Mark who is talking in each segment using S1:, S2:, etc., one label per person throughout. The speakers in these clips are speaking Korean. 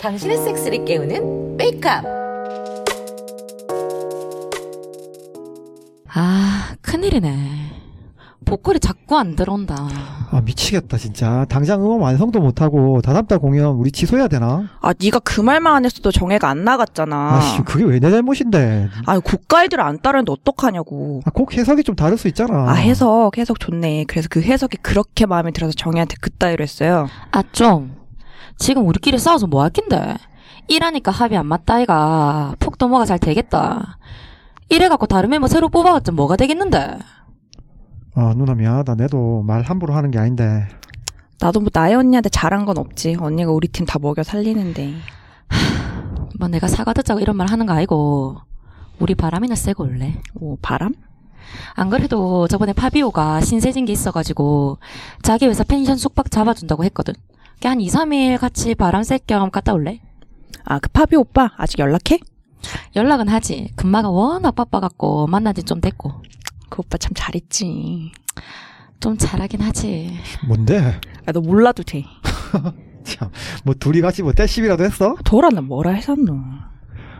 S1: 당신의 섹스를 깨우는 메이크업.
S2: 아, 큰일이네. 보컬이 자꾸 안 들어온다.
S3: 아 미치겠다 진짜 당장 음원 완성도 못하고 다답다 공연 우리 취소해야 되나?
S4: 아, 네가 그 말만 안 했어도 정혜가 안 나갔잖아.
S3: 아. 씨 그게 왜 내 잘못인데
S4: 아유, 국가이들 안 따르는데 어떡하냐고.
S3: 아, 곡 해석이 좀 다를 수 있잖아
S4: 아, 해석, 해석 좋네. 그래서 그 해석이 그렇게 마음에 들어서 정혜한테 그따위로 했어요.
S2: 아, 좀. 지금 우리끼리 싸워서 뭐 할 낀데? 이라니까 합이 안 맞다, 이가. 푹 넘어가 잘 되겠다. 이래갖고 다른 멤버 새로 뽑아봤자 뭐가 되겠는데?
S3: 아 누나 미안하다 내도 말 함부로 하는 게 아닌데
S4: 나도 뭐 나혜 언니한테 잘한 건 없지. 언니가 우리 팀 다 먹여 살리는데.
S2: 뭐 내가 사과 듣자고 이런 말 하는 거 아니고. 우리 바람이나 쐬고 올래.
S4: 오, 어, 바람?
S2: 안 그래도 저번에 파비오가 신세진 게 있어가지고 자기 회사 펜션 숙박 잡아준다고 했거든. 걔 한 2, 3일 같이 바람 쐴 겸 갔다 올래?
S4: 아, 그 파비 오빠 아직 연락해?
S2: 연락은 하지. 금마가 워낙 바빠갖고 만난 지 좀 됐고.
S4: 그 오빠 참 잘했지.
S2: 좀 잘하긴 하지.
S3: 뭔데?
S4: 아, 너 몰라도 돼.
S3: 뭐 둘이 같이 뭐 떼씹이라도 했어?
S4: 도라는 뭐라 했었노?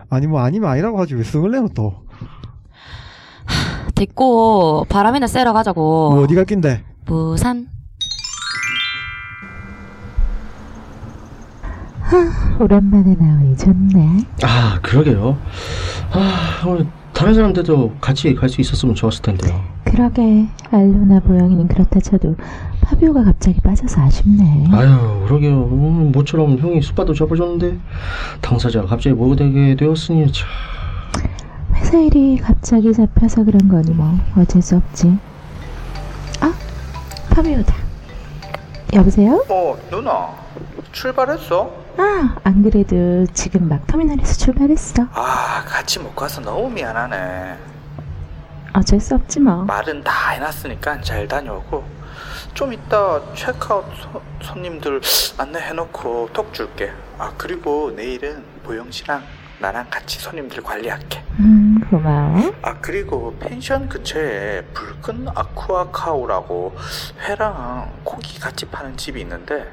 S3: 아니 뭐 아니면 아니라고 하지 왜 승을 내노 또?
S2: 됐고 바람이나 쐬러 가자고.
S3: 뭐 어디 갈 낀데?
S2: 부산.
S5: 오랜만에 나오니 좋네.
S6: 아 그러게요. 아 오늘 다른 사람들도 같이 갈 수 있었으면 좋았을 텐데요.
S5: 그러게 알로나 보영이는 그렇다 쳐도 파비오가 갑자기 빠져서 아쉽네.
S6: 아유 그러게요. 음, 모처럼 형이 숫바도 잡아줬는데 당사자가 갑자기 모게 되게 되었으니 참.
S5: 회사 일이 갑자기 잡혀서 그런 거니 뭐 어쩔 수 없지. 아 파비오다. 여보세요?
S7: 어, 누나. 출발했어?
S5: 아안 그래도 지금 막 터미널에서 출발했어.
S7: 아, 같이 못 가서 너무 미안하네.
S5: 어쩔 수 없지 뭐.
S7: 말은 다 해놨으니까 잘 다녀오고. 좀 이따 체크아웃 소- 손님들 안내해놓고 톡 줄게. 아, 그리고 내일은 보영 씨랑 나랑 같이 손님들 관리할게.
S5: 음 고마워.
S7: 아, 그리고 펜션 근처에 붉은 아쿠아카우라고 회랑 고기 같이 파는 집이 있는데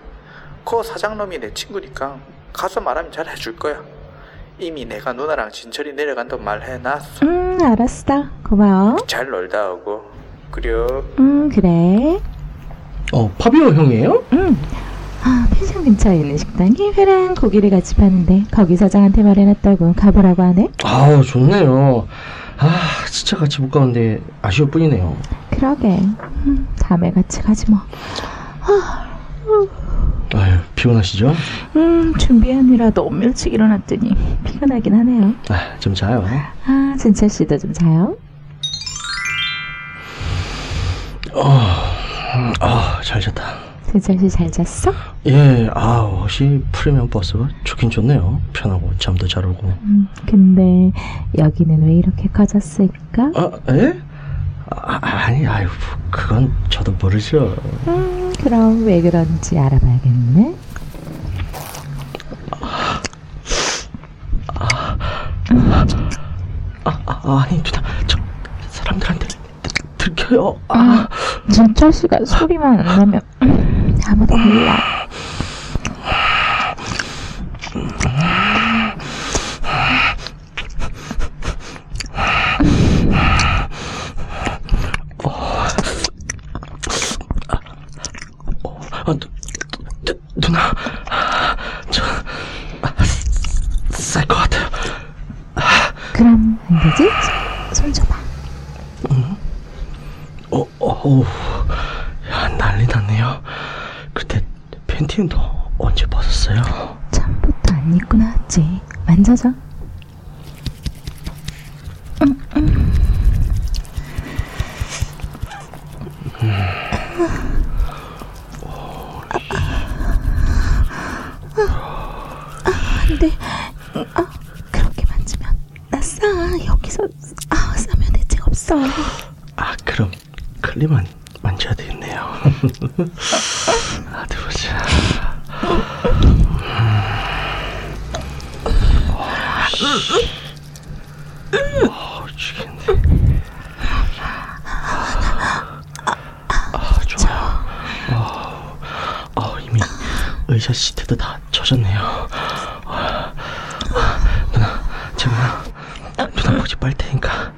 S7: 그 사장놈이 내 친구니까 가서 말하면 잘 해줄 거야. 이미 내가 누나랑 진철이 내려간다고 말해놨어.
S5: 음 알았어. 고마워.
S7: 잘 놀다 오고. 그려.
S5: 음 그래.
S6: 어 파비오 형이에요?
S5: 아, 펜션 근처에 있는 식당이 회랑 고기를 같이 파는데 거기 사장한테 말해놨다고 가보라고 하네.
S6: 아 좋네요. 아 진짜 같이 못 가는데 아쉬울 뿐이네요.
S5: 그러게. 음, 다음에 같이 가지 뭐.
S6: 아유 피곤하시죠?
S5: 음, 준비하느라 너무 일찍 일어났더니 피곤하긴 하네요.
S6: 아, 좀 자요.
S5: 아, 진철 씨도 좀 자요.
S6: 아 잘 잤다.
S5: 진철 씨 잘 잤어?
S6: 예, 아, 역시 프리미엄 버스가 좋긴 좋네요. 편하고 잠도 잘 오고.
S5: 음, 근데 여기는 왜 이렇게 커졌을까?
S6: 아, 예? 아, 아니, 아유, 뭐, 그건 저도 모르죠.
S5: 음, 그럼 왜 그런지 알아봐야겠네.
S6: 아, 아 아니, 누나, 저 사람들한테 들- 들켜요. 아,
S5: 진철 씨가 소리만 안 나면 아무도 몰라.
S6: 아, 누, 누, 누나, 저, 쌀 것 같아요.
S5: 그럼 안 되지? 손 줘봐.
S6: 어, 어우, 야, 난리 났네요. 그때 팬티는 너 언제 벗었어요?
S5: 처음부터 안 입고 나왔지. 만져줘. 안돼. 아, 그렇게 만지면 나 싸. 여기서 아 싸면 대책 없어.
S6: 아 그럼 클리만 만져야 되겠네요 아, 어디 보자 어, 죽겠네 아 좋아요 어, 의자 시트도 다 젖었네요. 아, 아, 누나, 재민아, 누나 보지 빨 테니까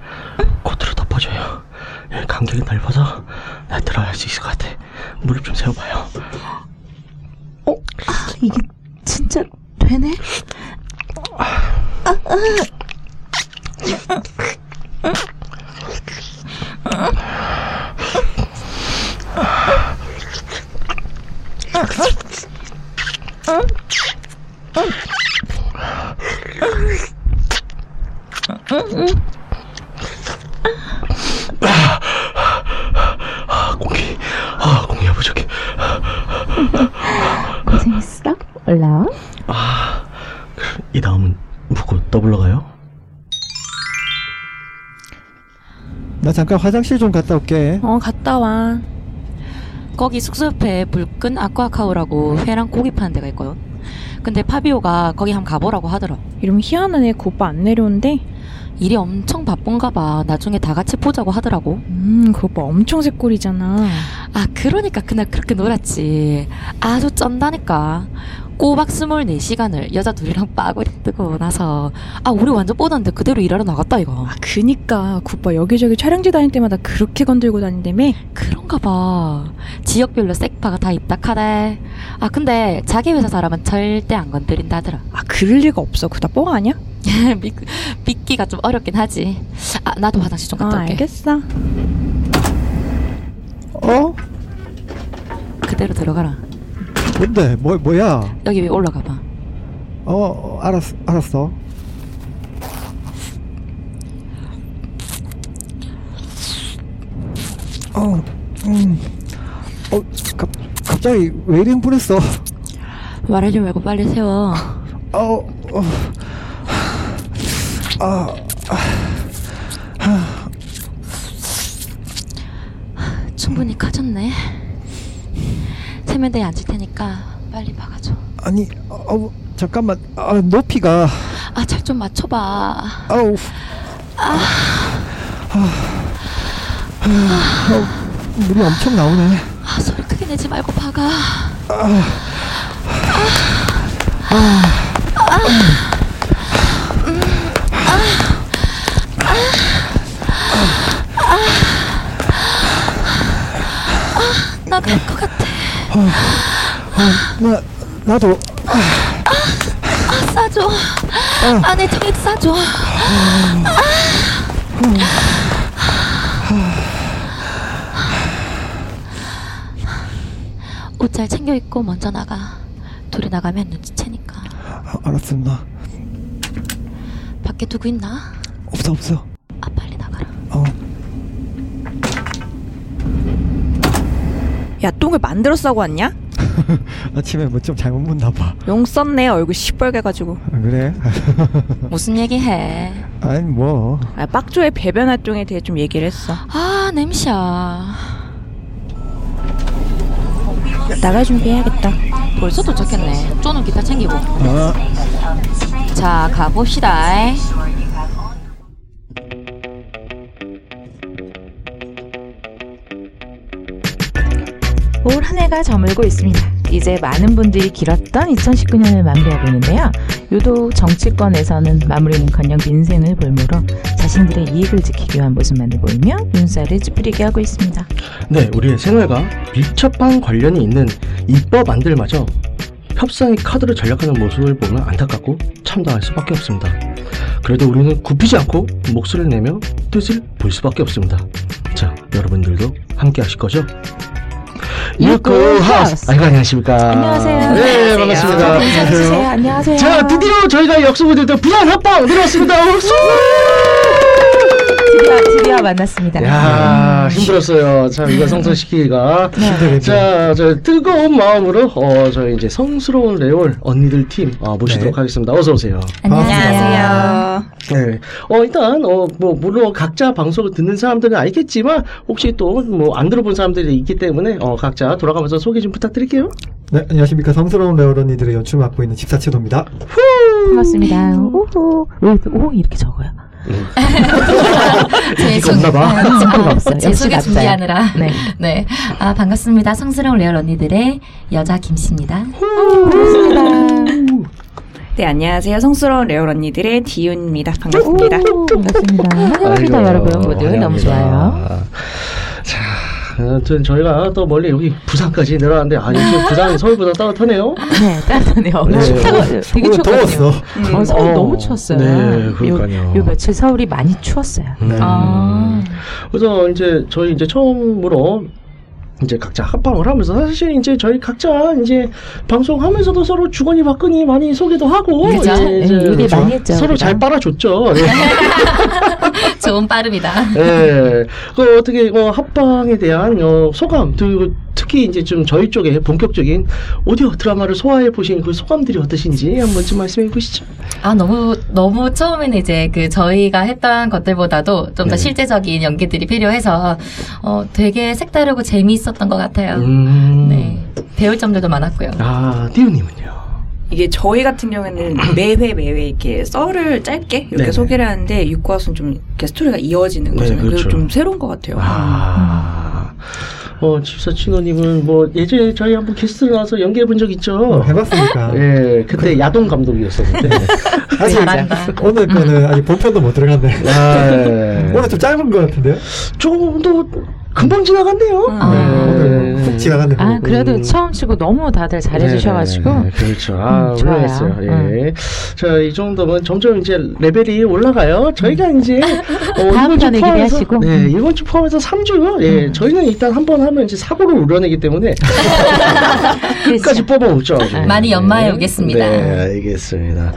S6: 코트로 덮어줘요. 여기 간격이 넓어서 나 들어갈 수 있을 것 같아. 무릎 좀 세워봐요.
S8: 아, 이게 진짜 되네?
S6: 아, 공기, 아, 공기야 부족해.
S8: 고생했어? 올라와?
S6: 이 다음은 무고 더블로 가요?
S3: 나 잠깐 화장실 좀 갔다 올게.
S2: 어, 갔다 와. 거기 숙소 옆에 불끈 아쿠아카우라고 회랑 고기 파는 데가 있거든. 근데 파비오가 거기 한번 가보라고 하더라.
S4: 이러면 희한하네. 그 오빠 안 내려온대?
S2: 일이 엄청 바쁜가 봐. 나중에 다 같이 보자고 하더라고.
S4: 음, 그 오빠 엄청 새꼴이잖아.
S2: 아, 그러니까 그날 그렇게 놀았지. 아주 쩐다니까. 꼬박 24시간을 여자 둘이랑 빠구리 뜨고 나서 아, 우리 완전 뻗었는데 그대로 일하러 나갔다 이거.
S4: 아, 그니까. 그 오빠 여기저기 촬영지 다닐 때마다 그렇게 건들고 다닌다며?
S2: 그런가 봐. 지역별로 섹파가 다 입닥하대. 아, 근데 자기 회사 사람은 절대 안 건드린다더라.
S4: 아, 그럴 리가 없어. 그다 뻥 아니야?
S2: 믿, 믿기가 좀 어렵긴 하지. 아, 나도 화장실 좀 갔다
S4: 아,
S2: 올게.
S4: 알겠어.
S3: 어?
S2: 그대로 들어가라.
S3: 뭔데? 뭐 뭐야?
S2: 여기 위에 올라가 봐.
S3: 어, 어 알았어 알았어. 어, 음, 어, 갑, 갑자기 왜 이리 흥분했어?
S2: 말하지 말고 빨리 세워.
S3: 어, 어, 아,
S2: 충분히 커졌네. 세면대에 앉을 테니까 빨리 박아줘.
S3: 아니, 어, 잠깐만, 아, 높이가,
S2: 아, 잘 좀 맞춰봐.
S3: 아우, 아, 아, 물이 엄청 나오네.
S2: 아, 소리 크게 내지 말고 박아. 나갈 것 같아.
S3: 나, 나도,
S2: 아, 싸줘. 안에 정액 싸줘. 아. 옷 잘 챙겨 입고 먼저 나가. 둘이 나가면 눈치채니까.
S3: 아, 알았습니다.
S2: 밖에 누구 있나?
S3: 없어, 없어.
S2: 아, 빨리 나가라.
S3: 어.
S4: 야, 똥을 만들어 싸고 왔냐?
S3: 아침에 뭐 좀 잘못 봤나 봐.
S4: 용 썼네. 얼굴 시뻘개가지고.
S3: 아, 그래?
S2: 무슨 얘기 해?
S3: 아니 뭐.
S4: 아, 빡조의 배변 활동에 대해 좀 얘기를 했어.
S2: 아, 냄새야.
S4: 나갈 준비해야겠다.
S2: 벌써 도착했네. 쪼는 기타 챙기고.
S3: 아,
S2: 자, 가봅시다.
S5: 올 한 해가 저물고 있습니다. 이제 많은 분들이 길었던 2019년을 마무리하고 있는데요. 유독 정치권에서는 마무리는커녕 민생을 볼모로 자신들의 이익을 지키기 위한 모습만을 보이며 눈살을 찌푸리게 하고 있습니다.
S6: 네, 우리의 생활과 밀접한 관련이 있는 입법 안들마저 협상의 카드로 전략하는 모습을 보면 안타깝고 참담할 수밖에 없습니다. 그래도 우리는 굽히지 않고 목소리를 내며 뜻을 볼 수밖에 없습니다. 자, 여러분들도 함께 하실 거죠?
S5: 유쿠 하우스.
S6: 아이고, 안녕하십니까.
S5: 안녕하세요.
S6: 네,
S5: 저
S6: 반갑습니다.
S5: 인사해 주세요. 안녕하세요.
S6: 자, 드디어 저희가 역수부들도 부산 합방 내려왔습니다. 박수!
S5: 드디어, 드디어 만났습니다.
S6: 야 힘들었어요. 참 이거 성사시키기가.
S3: 힘들겠네.
S6: 자, 저 뜨거운 마음으로 어, 저희 이제 성스러운 레올 언니들 팀 어, 모시도록
S3: 네.
S6: 하겠습니다. 어서 오세요.
S4: 안녕하세요.
S6: 네. 어 일단 어뭐 물론 각자 방송을 듣는 사람들은 알겠지만 혹시 또 뭐 안 들어본 사람들이 있기 때문에 어 각자 돌아가면서 소개 좀 부탁드릴게요.
S3: 네, 안녕하십니까. 성스러운 레오언니들의 연출 맡고 있는 집사치도입니다.
S5: 반갑습니다. 오호. 왜, 오 이렇게 적어요?
S2: 재수
S6: 없나 봐.
S5: 승부가 네, 없어.
S2: 제
S5: 역시
S2: 소개
S5: 낮자야.
S2: 준비하느라.
S5: 네.
S2: 네. 아, 반갑습니다. 성스러운 레알 언니들의 여자 김씨입니다.
S4: 네, 안녕하세요. 성스러운 레올 언니들의 디윤입니다. 반갑습니다.
S5: 오, 반갑습니다.
S6: 아이고,
S5: 환영합니다, 네, 여러분. 모두 너무
S6: 환영합니다.
S5: 좋아요.
S6: 자, 아무튼 저희가 또 멀리 여기 부산까지 내려왔는데 아 역시 부산 서울보다 따뜻하네요.
S5: 네, 따뜻하네요. 오늘
S6: 네,
S5: 춥다고
S6: 오늘
S5: 되게
S3: 오늘
S5: 추웠거든요.
S3: 더웠어.
S5: 어, 서울
S6: 어,
S5: 너무 추웠어요.
S6: 네, 그러니까요.
S5: 요, 요 며칠 서울이 많이 추웠어요.
S6: 음.
S2: 아.
S6: 그래서 이제 저희 이제 처음으로 이제 각자 합방을 하면서 사실 이제 저희 각자 이제 방송하면서도 서로 주거니 받거니 많이 소개도 하고
S2: 그죠?
S6: 이제, 이제 그렇죠.
S5: 네, 얘기 많이 했죠,
S6: 서로
S5: 우리가.
S6: 잘 빨아줬죠. 네.
S2: 좋은 빠름이다.
S6: 예. 그 어떻게 어, 합방에 대한 어, 소감 그리고 특히 이제 좀 저희 쪽에 본격적인 오디오 드라마를 소화해 보신 그 소감들이 어떠신지 한번 좀 말씀해 보시죠.
S2: 아 너무 너무 처음에는 이제 그 저희가 했던 것들보다도 좀 더
S6: 네.
S2: 실제적인 연기들이 필요해서 어 되게 색다르고 재미있었던 것
S5: 어,
S2: 같아요.
S6: 음.
S2: 네 배울 점들도 많았고요.
S6: 아, 띠우님은요.
S4: 이게 저희 같은 경우에는 매회 매회 이렇게 썰을 짧게 이렇게
S6: 네네.
S4: 소개를 하는데 육과수는 좀 이렇게 스토리가 이어지는
S6: 네,
S4: 거잖아요. 그래서
S6: 그렇죠.
S4: 좀 새로운 것 같아요.
S6: 아. 어, 집사 친호님은 뭐 예전에 저희 한번 게스트로 나와서 연기해 본 적 있죠.
S3: 어, 해봤으니까.
S6: 예, 그때 야동 감독이었었는데.
S3: 네. 아직
S2: 잘한다.
S3: 오늘 거는 아직 본편도 못 들어갔네.
S6: 아,
S3: 오늘 좀 짧은 것 같은데요?
S6: 조금 더 금방 지나갔네요.
S4: 음.
S2: 아.
S3: 오늘 뭐 훅 어, 지나갔네.
S5: 아, 그래도
S6: 음.
S5: 처음 치고 너무 다들 잘해주셔가지고.
S6: 네네네. 그렇죠. 아,
S5: 음, 좋아요.
S6: 올라갔어요. 예. 자, 이 정도면 점점 이제 레벨이 올라가요. 저희가 이제 어,
S5: 음. 다음
S6: 이번 주
S5: 편에
S6: 포함해서-
S5: 기대하시고. 음.
S6: 네, 이번 주 포함해서 3주. 예. 저희는 일단 한 번 하면 이제 사고를 우려내기 때문에
S5: 그렇죠.
S6: 끝까지 뽑아오죠. 아주.
S2: 많이 연마해
S6: 네.
S2: 오겠습니다.
S6: 네, 알겠습니다.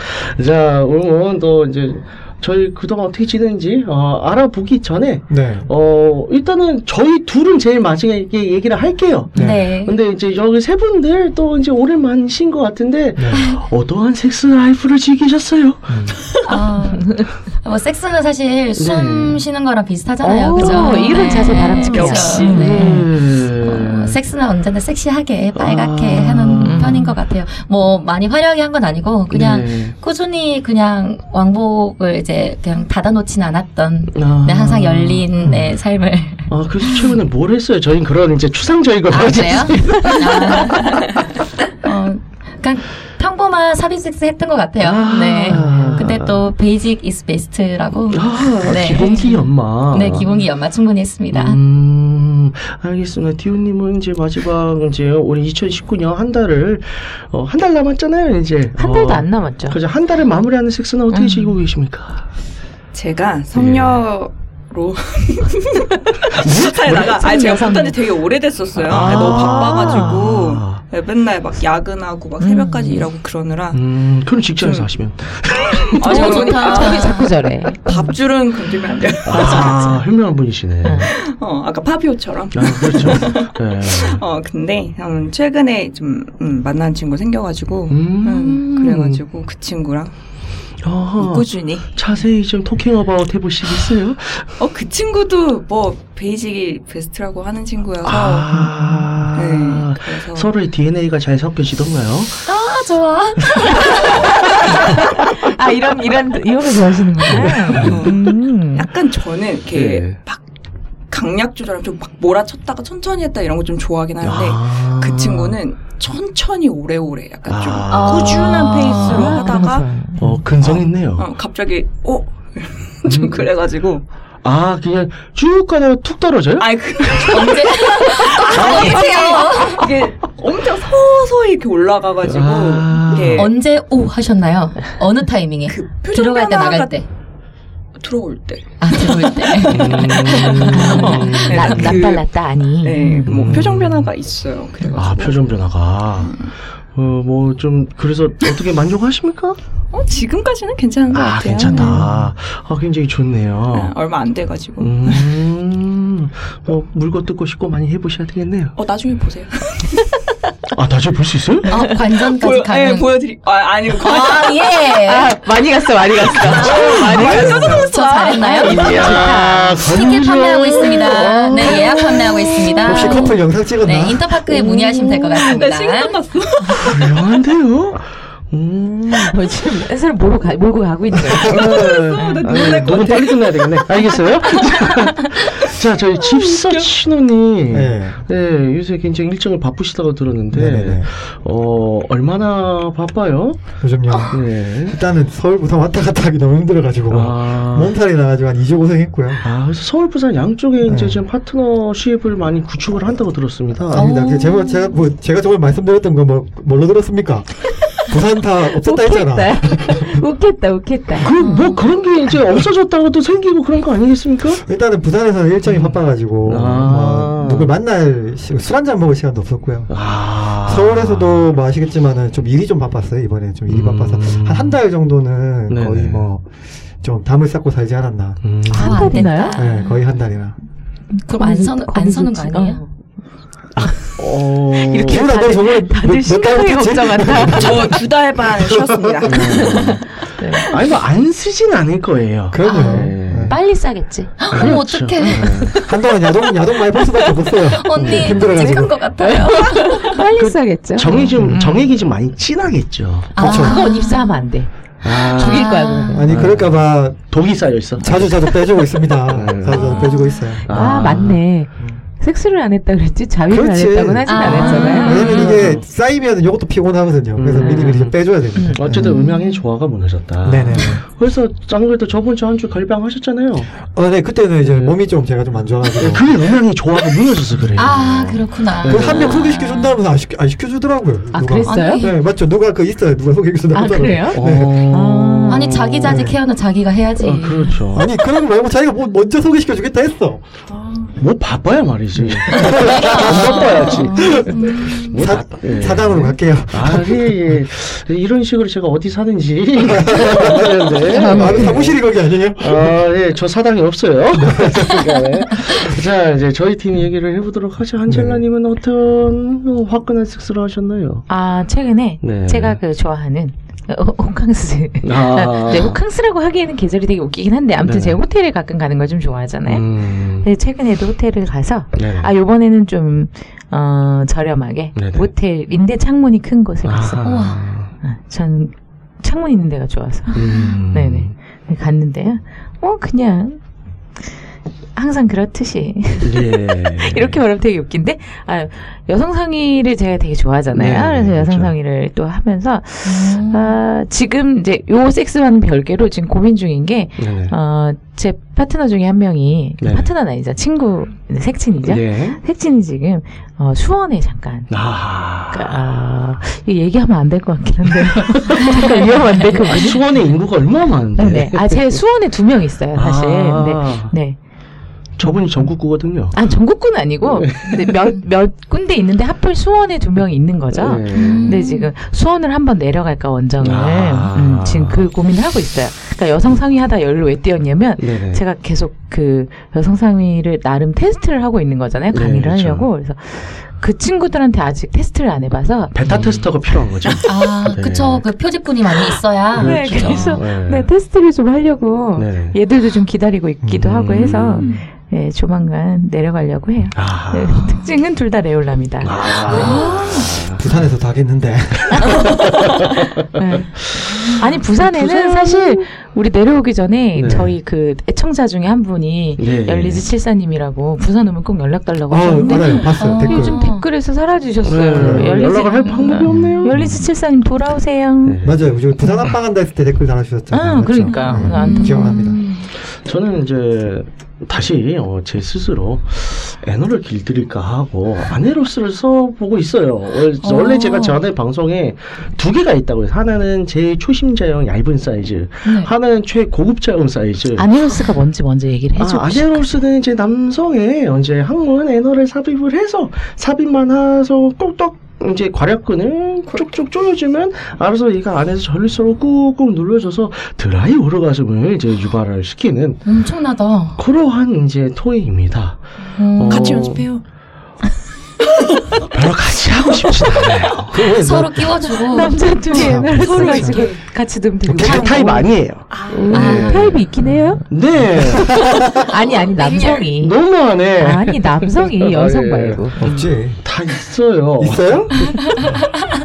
S6: 자, 오늘 또 이제 저희 그동안 어떻게 지내는지 어, 알아보기 전에
S3: 네.
S6: 어, 일단은 저희 둘은 제일 마지막에 얘기를 할게요.
S2: 네.
S6: 근데 이제 여기 세 분들 또 이제 오랜만이신 것 같은데
S3: 네.
S6: 어떠한 섹스 라이프를 즐기셨어요?
S2: 아, 뭐 섹스는 사실 숨 쉬는 거랑 비슷하잖아요.
S5: 네. 오,
S2: 그죠?
S5: 이런 자세 바람직해요.
S2: 그죠?
S5: 역시.
S2: 네.
S6: 음.
S2: 어, 섹스는 언제나 섹시하게 빨갛게
S6: 아.
S2: 하는 편인 것 같아요. 뭐 많이 화려하게 한 건 아니고 그냥
S6: 네.
S2: 꾸준히 그냥 왕복을 이제 그냥 닫아놓진 않았던
S6: 아.
S2: 네, 항상 열린 네, 삶을
S6: 아 그래서 최근에 뭘 했어요? 저희는 그런 이제 추상적인 걸
S2: 아
S6: 하지.
S2: 그래요? 아. 어, 그냥 평범한 삽입 섹스 했던 것 같아요.
S6: 아.
S2: 네. 근데 또 베이직 이스 베스트라고
S6: 아,
S2: 네.
S6: 기본기 연마.
S2: 네 기본기 연마 충분히 했습니다.
S6: 음, 알겠습니다. 디오님은 이제 마지막 이제 올해 2019년 한 달을 어, 한 달 남았잖아요. 이제
S5: 한
S6: 어,
S5: 달도 안 남았죠.
S6: 그죠. 한 달을 마무리하는 섹스는 어떻게
S2: 음.
S6: 즐기고 계십니까? 예.
S4: 제가 성녀로 스타에다가 아니 제가
S5: 성녀,
S4: 못한 지 되게 오래됐었어요.
S6: 아.
S4: 너무 바빠가지고 네, 맨날 막 야근하고 막 새벽까지 일하고 그러느라
S6: 음, 어, 그럼 직장에서 하시면.
S4: 아,
S2: 오,
S4: 저는
S2: 좋다.
S5: 저기 자꾸 저래.
S4: 밥줄은 건들면 안 돼요.
S6: 아, 현명한 분이시네.
S4: 어, 아까 파비오처럼.
S6: 아, 그렇죠. 네.
S4: 어, 근데 음, 최근에 좀 음, 만난 친구 생겨가지고
S6: 음.
S4: 음, 그래가지고 그 친구랑
S6: 어허.
S4: 꾸준히
S6: 자세히 좀 토킹 어바웃 해보시겠어요?
S4: 어, 그 친구도 뭐 베이직이 베스트라고 하는 친구여서
S6: 아,
S4: 네, 그래서
S6: 서로의 DNA가 잘 섞여지던가요?
S2: 아 좋아.
S5: 아, 이런, 이런, 이런 거 좋아하시는구나. 음.
S4: 약간 저는 이렇게
S6: 네.
S4: 막 강약 조절하면 좀 막 몰아쳤다가 천천히 했다 이런 거 좀 좋아하긴 하는데
S6: 아.
S4: 그 친구는 천천히 오래오래 약간 좀
S6: 아.
S4: 꾸준한 페이스로
S5: 아,
S4: 하다가
S5: 그러면서.
S6: 어, 근성 있네요. 음.
S4: 어, 갑자기 어? 좀 그래가지고
S6: 아, 그냥 쭉 가다가 툭 떨어져요?
S4: 아이 그
S2: 언제
S4: 이게 엄청 서서히 이렇게 올라가가지고
S6: 아.
S4: 이게
S2: 언제 오 하셨나요? 어느 타이밍에?
S4: 그 표정
S2: 들어갈 때
S4: 변화가
S2: 나갈 때.
S4: 들어올 때
S2: 아 들어올 때.
S6: 음.
S5: 나,
S4: 그-
S5: 나빨랐다, 아니.
S4: 네, 뭐
S6: 음.
S4: 표정 변화가 있어요. 그래가지고
S6: 아, 표정 변화가.
S4: 음.
S6: 어, 뭐, 좀, 그래서 어떻게 만족하십니까?
S4: 어, 지금까지는 괜찮은 것
S6: 아,
S4: 같아요.
S6: 괜찮다. 아, 굉장히 좋네요.
S5: 어.
S4: 네, 얼마 안 돼가지고.
S6: 음, 어, 물고 뜯고 싶고 많이 해보셔야 되겠네요.
S4: 어 나중에 보세요.
S6: 아, 나중에 볼 수 있어요?
S2: 아 관전까지
S4: 예,
S2: 가는.
S4: 보여드리. 아 아니 그거
S2: 아 예.
S5: 많이 갔어, 많이 갔어. 많이 갔어.
S2: 저 잘했나요?
S4: 아, 예.
S6: 이야, 어,
S2: 티켓 판매하고
S6: 건조.
S2: 있습니다. 네 예약 판매하고 있습니다.
S3: 혹시 커플 영상 찍었나?
S4: 네,
S2: 네 인터파크에 문의하시면 될 것 같습니다.
S4: 나 지금 끝났어.
S6: 훌륭한데요? 음.
S5: 어, 지금 애서를 몰고, 가, 몰고 가고 있는 거예요.
S6: 아니, 녹음 빨리 끝나야 되겠네. 알겠어요? 자, 저희 집사 신혼이 네.
S3: 네.
S6: 요새 굉장히 일정을 바쁘시다고 들었는데
S3: 네네네.
S6: 어 얼마나 바빠요?
S3: 요즘요.
S6: 네.
S3: 일단은 서울부터 왔다 갔다 하기 너무 힘들어가지고
S6: 아,
S3: 몸살이 나가지고 한 2주 고생했고요.
S6: 아, 그래서 서울 부산 양쪽에 이제
S3: 네.
S6: 지금 파트너십을 많이 구축을 한다고 들었습니다.
S2: 어,
S3: 아, 아닙니다. 그 제가 제가 뭐 제가 저번에 말씀드렸던 거 뭐, 뭘로 들었습니까? 부산 다 없었다 했잖아.
S5: 웃겠다, 웃겠다.
S6: 그 뭐 그런 게 이제 없어졌다고도 생기고 그런 거 아니겠습니까?
S3: 일단은 부산에서는
S5: 음.
S3: 일정이 바빠가지고
S6: 아.
S3: 뭐 누굴 만날 시- 술 한잔 먹을 시간도 없었고요.
S6: 아.
S3: 서울에서도 뭐 아시겠지만은 좀 일이 좀 바빴어요 이번에 좀 일이
S6: 음.
S3: 바빠서 한 한 달 정도는
S6: 네네.
S3: 거의 뭐 좀 담을 쌓고 살지 않았나.
S6: 음.
S5: 한
S2: 아, 안
S5: 달이나요?
S2: 된다.
S3: 네, 거의 한 달이나.
S2: 그럼 안 서는 안 서는 거 아니에요?
S6: 어.
S3: 기분나너 저번에
S5: 다들 심각하게 걱정한다.
S4: 저 두 달 반 쉬었습니다.
S6: 아니 뭐 안 쓰진 않을 거예요.
S3: 그럼요.
S5: 아,
S6: 네. 그렇죠.
S3: 네.
S9: 빨리 싸겠지.
S2: 아, 어머 어떡해.
S3: 한동안 야동 야동 많이 볼 수밖에 없었어요. 네,
S2: 언니
S3: 힘들어가지고.
S2: 끔찍한 것 같아요.
S5: 빨리 싸겠죠?
S6: 정이 좀
S2: 음.
S6: 정액이 좀 많이 진하겠죠.
S5: 아, 그건 입사하면 안 돼.
S6: 아,
S5: 죽일 거야, 그러면.
S3: 아니 그럴까봐
S6: 독이 쌓여 있어.
S3: 자주 자주 빼주고 있습니다.
S6: 네.
S3: 자주 자주 빼주고 있어요.
S5: 아, 맞네. 섹스를 안 했다 그랬지? 자위를
S3: 그렇지.
S5: 안 했다고는 하진
S2: 아.
S5: 않았잖아요. 음.
S3: 왜냐면 이게 쌓이면 이것도 피곤하거든요. 그래서
S6: 음.
S3: 미리미리 좀 빼줘야 됩니다.
S6: 어쨌든 음향의 조화가 무너졌다.
S3: 네네.
S6: 그래서 안 그래도 저번 주 한 주 갈방하셨잖아요.
S3: 어, 네 그때는 이제
S6: 네.
S3: 몸이 좀 제가 좀 안 좋아가지고
S6: 그게 음향의 조화가 무너져서 그래요.
S2: 아 그렇구나.
S6: 네.
S3: 그한명 소개시켜 준다면서 안, 시켜, 안 시켜주더라고요.
S5: 아,
S3: 누가.
S5: 그랬어요?
S2: 아니.
S3: 네 맞죠. 누가 그 있어요. 누가 소개시켜 준다고.
S5: 아, 그래요?
S3: 네.
S6: 어.
S2: 아니 자기 자제 케어는 자기가 해야지.
S6: 아, 그렇죠.
S3: 아니 그런 거 말고 자기가 뭐 먼저 소개시켜 주겠다 했어.
S6: 뭐 바빠야 말이지.
S3: 음.
S6: 바빠야지. 뭐
S3: 사,
S6: 바- 예.
S3: 사담으로 갈게요.
S6: 아, 예, 예. 이런 식으로 제가 어디 사는지. 하는데.
S3: 아, 아, 사무실이 거기 아니에요?
S6: 아, 예, 저 사당이 없어요. 네. 자, 이제 저희 팀 얘기를 해보도록 하죠. 한젤라님은
S3: 네.
S6: 어떤 어, 화끈한 섹스를 하셨나요?
S5: 아, 최근에
S6: 네.
S5: 제가 그 좋아하는 어, 호캉스.
S6: 아.
S5: 네, 호캉스라고 하기에는 계절이 되게 웃기긴 한데, 아무튼
S6: 네.
S5: 제가 호텔에 가끔 가는 걸 좀 좋아하잖아요.
S6: 음,
S5: 근데 최근에도 호텔을 가서,
S6: 네.
S5: 아, 요번에는 좀, 어, 저렴하게,
S6: 네네.
S5: 모텔인데 창문이 큰 곳을 갔어요.
S6: 아하.
S5: 아, 전 창문 있는 데가 좋아서.
S6: 음.
S5: 네네. 갔는데요. 어, 그냥, 항상 그렇듯이.
S6: 예.
S5: 이렇게 말하면 되게 웃긴데, 아, 여성상의를 제가 되게 좋아하잖아요.
S6: 네,
S5: 그래서
S6: 그렇죠.
S5: 여성상의를 또 하면서, 아, 지금 이제 요 섹스와는 별개로 지금 고민 중인 게,
S6: 네네.
S5: 어, 제 파트너 중에 한 명이,
S6: 네.
S5: 파트너는 아니죠. 친구, 네, 색친이죠.
S6: 예.
S5: 색친이 지금, 어, 수원에 잠깐.
S6: 아.
S5: 아, 이거 얘기하면 안 될 것 같긴 한데. 약간 위험한데, 그거.
S6: 아니, 수원의 인구가 얼마나 많은데.
S5: 네. 아, 제 수원에 두 명 있어요, 사실.
S6: 아,
S5: 근데, 네.
S6: 저분이 전국구거든요.
S5: 아, 전국구는 아니고,
S6: 네.
S5: 근데 몇, 몇 군데 있는데 하필 수원에 두 명이 있는 거죠.
S6: 예.
S5: 근데 지금 수원을 한번 내려갈까 원정을
S6: 아.
S5: 음, 지금 그 고민을 하고 있어요. 그러니까 여성 상위하다 열로 왜 띄었냐면
S6: 네네.
S5: 제가 계속 그 여성 상위를 나름 테스트를 하고 있는 거잖아요.
S6: 네,
S5: 강의를
S6: 그렇죠.
S5: 하려고 그래서 그 친구들한테 아직 테스트를 안 해봐서
S6: 베타 테스터가 필요한 거죠.
S2: 아 그쵸 그 표지꾼이 많이 있어야.
S5: 네,
S6: 그렇죠.
S5: 그래서-
S6: 네.
S5: 네 테스트를 좀 하려고
S6: 네.
S5: 얘들도 좀 기다리고 있기도
S6: 음.
S5: 하고 해서 네, 조만간 내려가려고 해요.
S6: 아.
S5: 네, 특징은 둘 다 레올라입니다.
S6: 아.
S3: 부산에서 다겠는데.
S5: 네. 아니 부산에는 사실 우리 내려오기 전에
S6: 네.
S5: 저희 그 애청자 중에 한 분이
S4: 예.
S6: 네.
S5: 열리지 칠사님이라고 부산 오면 꼭 연락 달라고
S3: 어,
S5: 하셨는데
S3: 맞아요. 봤어요.
S2: 어,
S3: 댓글.
S5: 요즘 댓글에서 사라지셨어요.
S6: 네,
S5: 열리지,
S6: 연락을 할 방법이 없네요.
S5: 열리지 칠사님 돌아오세요.
S6: 네.
S3: 맞아요. 우리 부산 한방 한다 했을 때 댓글 달아주셨잖아요.
S5: 아,
S3: 맞죠?
S5: 그러니까.
S3: 네,
S5: 나한테.
S3: 기억납니다.
S6: 저는 이제 다시 어, 제 스스로 애너를 길들일까 하고 아네로스를 써보고 있어요. 월- 원래 제가 전에 방송에 두 개가 있다고 해서 하나는 제 초심자형 얇은 사이즈,
S2: 네.
S6: 하나는 최고급자형 사이즈.
S5: 아니로스가 뭔지 먼저 얘기를 해주고
S6: 아, 아제로스는 이제 남성의 이제 항문 에너를 삽입을 해서 삽입만 해서 꼭딱 이제 괄약근을
S5: 그렇죠.
S6: 쭉쭉 조여주면 알아서 얘가 안에서 전립선을 꾹꾹 눌러줘서 드라이 오르가즘을 이제 유발을 시키는
S2: 엄청나다.
S6: 그러한 이제 토이입니다.
S4: 어.
S2: 음.
S6: 같이 연습해요. 별로 같이 하고 싶지도 않아요.
S3: 그거 왜
S2: 서로 끼워주고.
S5: 남자 둘이
S3: 참,
S5: 애를
S3: 서로
S5: 가지고 같이 면 되고
S6: 제 타입 아니에요.
S5: 아, 타입이 있긴 해요?
S6: 네,
S5: 아니 아니 음, 남성이
S6: 너무하네.
S5: 아니 남성이
S6: 아,
S5: 여성
S6: 예.
S5: 말고
S3: 없지.
S6: 다 있어요.
S3: 있어요?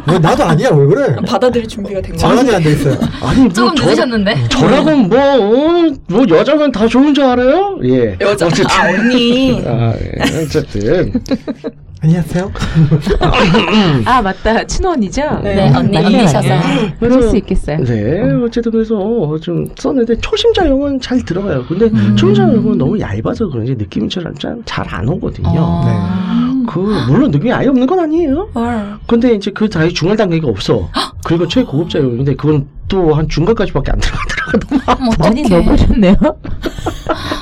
S3: 뭐 나도 아니야 왜 그래?
S4: 받아들일 준비가 된 거야.
S3: 장난이 안 돼 있어요.
S6: 아니 뭐
S2: 조금
S6: 저라,
S2: 늦으셨는데.
S6: 저라면 뭐, 어, 뭐 여자면 다 좋은 줄 알아요? 예.
S4: 여자.
S6: 어쨌든.
S4: 아, 언니.
S6: 아, 예. 어쨌든.
S3: 안녕하세요.
S5: 아 맞다 친언니죠?
S2: 네, 언니 언니셔서.
S5: 그럴 수 있겠어요.
S6: 네, 어쨌든 그래서 좀 썼는데 초심자 용어는 잘 들어가요. 근데
S5: 음.
S6: 초심자 용어는 너무 얇아서 그런지 느낌이 잘안 오거든요.
S5: 아.
S3: 네.
S6: 그 물론 느낌이 아예 없는 건 아니에요. 근데 이제 그 다이 중간 단계가 없어. 그리고 최고급자 용어인데 그건 또 한 중간까지밖에 안 들어가더라고요.
S5: 많이 넣어보셨네요.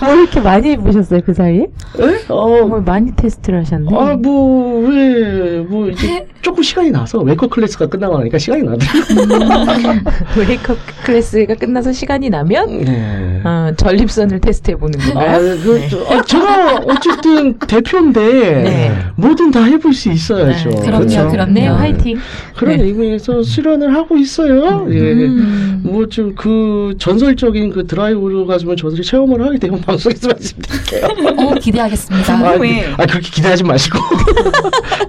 S5: 뭐 이렇게 많이 보셨어요 그 사이에?
S6: 에? 어,
S5: 뭘 많이 테스트를 하셨네.
S6: 아, 뭐, 왜, 뭐, 이제 조금 시간이 나서 웨이크업 클래스가 끝나고 나니까 시간이 나더라고요.
S5: 브레이크업 클래스가 끝나서 시간이 나면
S6: 네.
S5: 어, 전립선을 테스트해 보는
S6: 아,
S5: 건가요?
S6: 그, 어, 제가 어쨌든 대표인데
S5: 네. 뭐든
S6: 뭐든 다 해볼 수 있어야죠.
S5: 네,
S2: 그럼요,
S6: 그렇죠?
S2: 그럼요.
S5: 네, 화이팅.
S6: 그런
S5: 네.
S6: 의미에서 수련을 하고 있어요. 예.
S2: 음.
S6: 뭐 좀 그 전설적인 그 드라이브로 가시면 저들이 체험을 하기 때문에 방송에서 말씀드릴게요.
S2: 어, 기대하겠습니다.
S6: 아,
S4: 궁금해.
S6: 아, 그렇게 기대하지 마시고.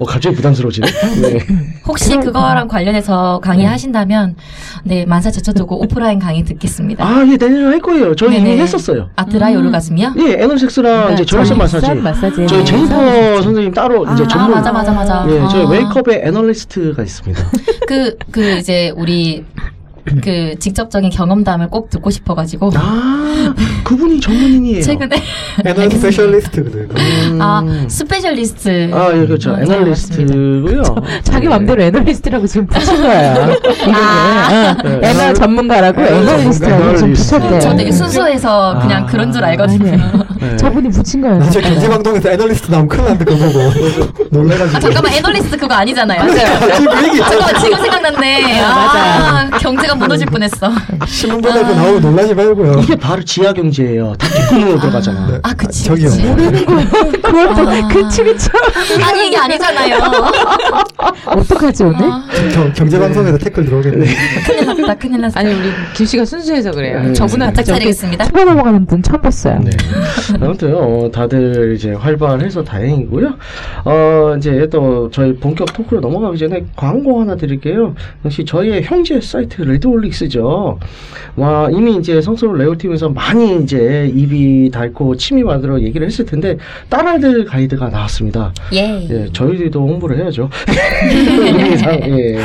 S6: 어, 갑자기 부담스러워지네. 네.
S2: 혹시 그거랑 관련해서 강의하신다면 네, 만사 제쳐두고 오프라인 강의 듣겠습니다.
S6: 아, 예, 내년에 할 거예요. 저희 이미
S2: 네네.
S6: 했었어요.
S2: 아트라이 오르가즘이요?
S6: 예,
S5: 네,
S6: 에너섹스랑 이제 전립선 마사지.
S5: 마사지.
S6: 저희 제니퍼 선생님 따로 이제
S5: 아,
S2: 아,
S6: 전문.
S2: 맞아 맞아 맞아.
S6: 예, 저희
S2: 아.
S6: 웨이크업의 애널리스트가 있습니다.
S2: 그, 그 이제 우리 그 직접적인 경험담을 꼭 듣고 싶어 가지고
S6: 아, 그분이 전문인이에요. 음.
S2: 최근에
S3: 에너지 스페셜리스트거든.
S2: 아, 스페셜리스트
S6: 아, 예, 그렇죠.
S2: 어, 네,
S6: 애널리스트고요.
S5: 음,
S6: 네.
S5: 자기 맘대로 애널리스트라고 지금 붙인 거야. 이름을. 응.
S6: 네.
S5: 애널 전문가라고
S6: 애널
S5: 애널리스트라고 지금
S6: 애널리스트.
S5: 붙였대.
S2: 저 되게 순수해서 그냥
S6: 아.
S2: 그런 줄 알거든요.
S6: 네.
S5: 저분이 붙인 거야.
S3: 나중에 경제방송에서 애널리스트 나오면 큰일 난다 그거 보고 놀래가지고.
S2: 아, 잠깐만 애널리스트 그거 아니잖아요.
S6: 그러니까.
S3: 지금 그 얘기 있잖아.
S2: 잠깐만 지금 생각났네. 아, 경제가 무너질 뻔했어.
S4: 아.
S3: 신문보다도 나오고 놀라지 말고요.
S6: 이게 바로 지하 경제예요. 다 뒷구멍으로 들어가잖아.
S3: 네.
S2: 아, 그치,
S3: 저기요.
S2: 그치.
S3: 모르는 거.
S5: 네. 그걸 또
S2: 아.
S5: 그치 그치.
S2: 아니 이게 아니잖아요.
S5: 어떡하지 오늘?
S2: 아.
S3: 경제방송에서 태클 들어오겠네.
S2: 큰일 났다. 큰일 났어.
S5: 아니 우리 김 씨가 순수해서 그래요.
S6: 네.
S5: 저분한테
S2: 바짝 차리겠습니다.
S5: 투어 넘어가는 분 처음 봤어요.
S6: 네. 아무튼 어, 다들 이제 활발해서 다행이고요. 어, 이제 또 저희 본격 토크로 넘어가기 전에 광고 하나 드릴게요. 역시 저희의 형제 사이트 레드올릭스죠. 와 이미 이제 성소로 레오팀에서 많이 이제 입이 닳고 침이 마들어 얘기를 했을 텐데 딸아이들 가이드가 나왔습니다.
S2: 예.
S6: 예, 저희들도 홍보를 해야죠. 이상, 예,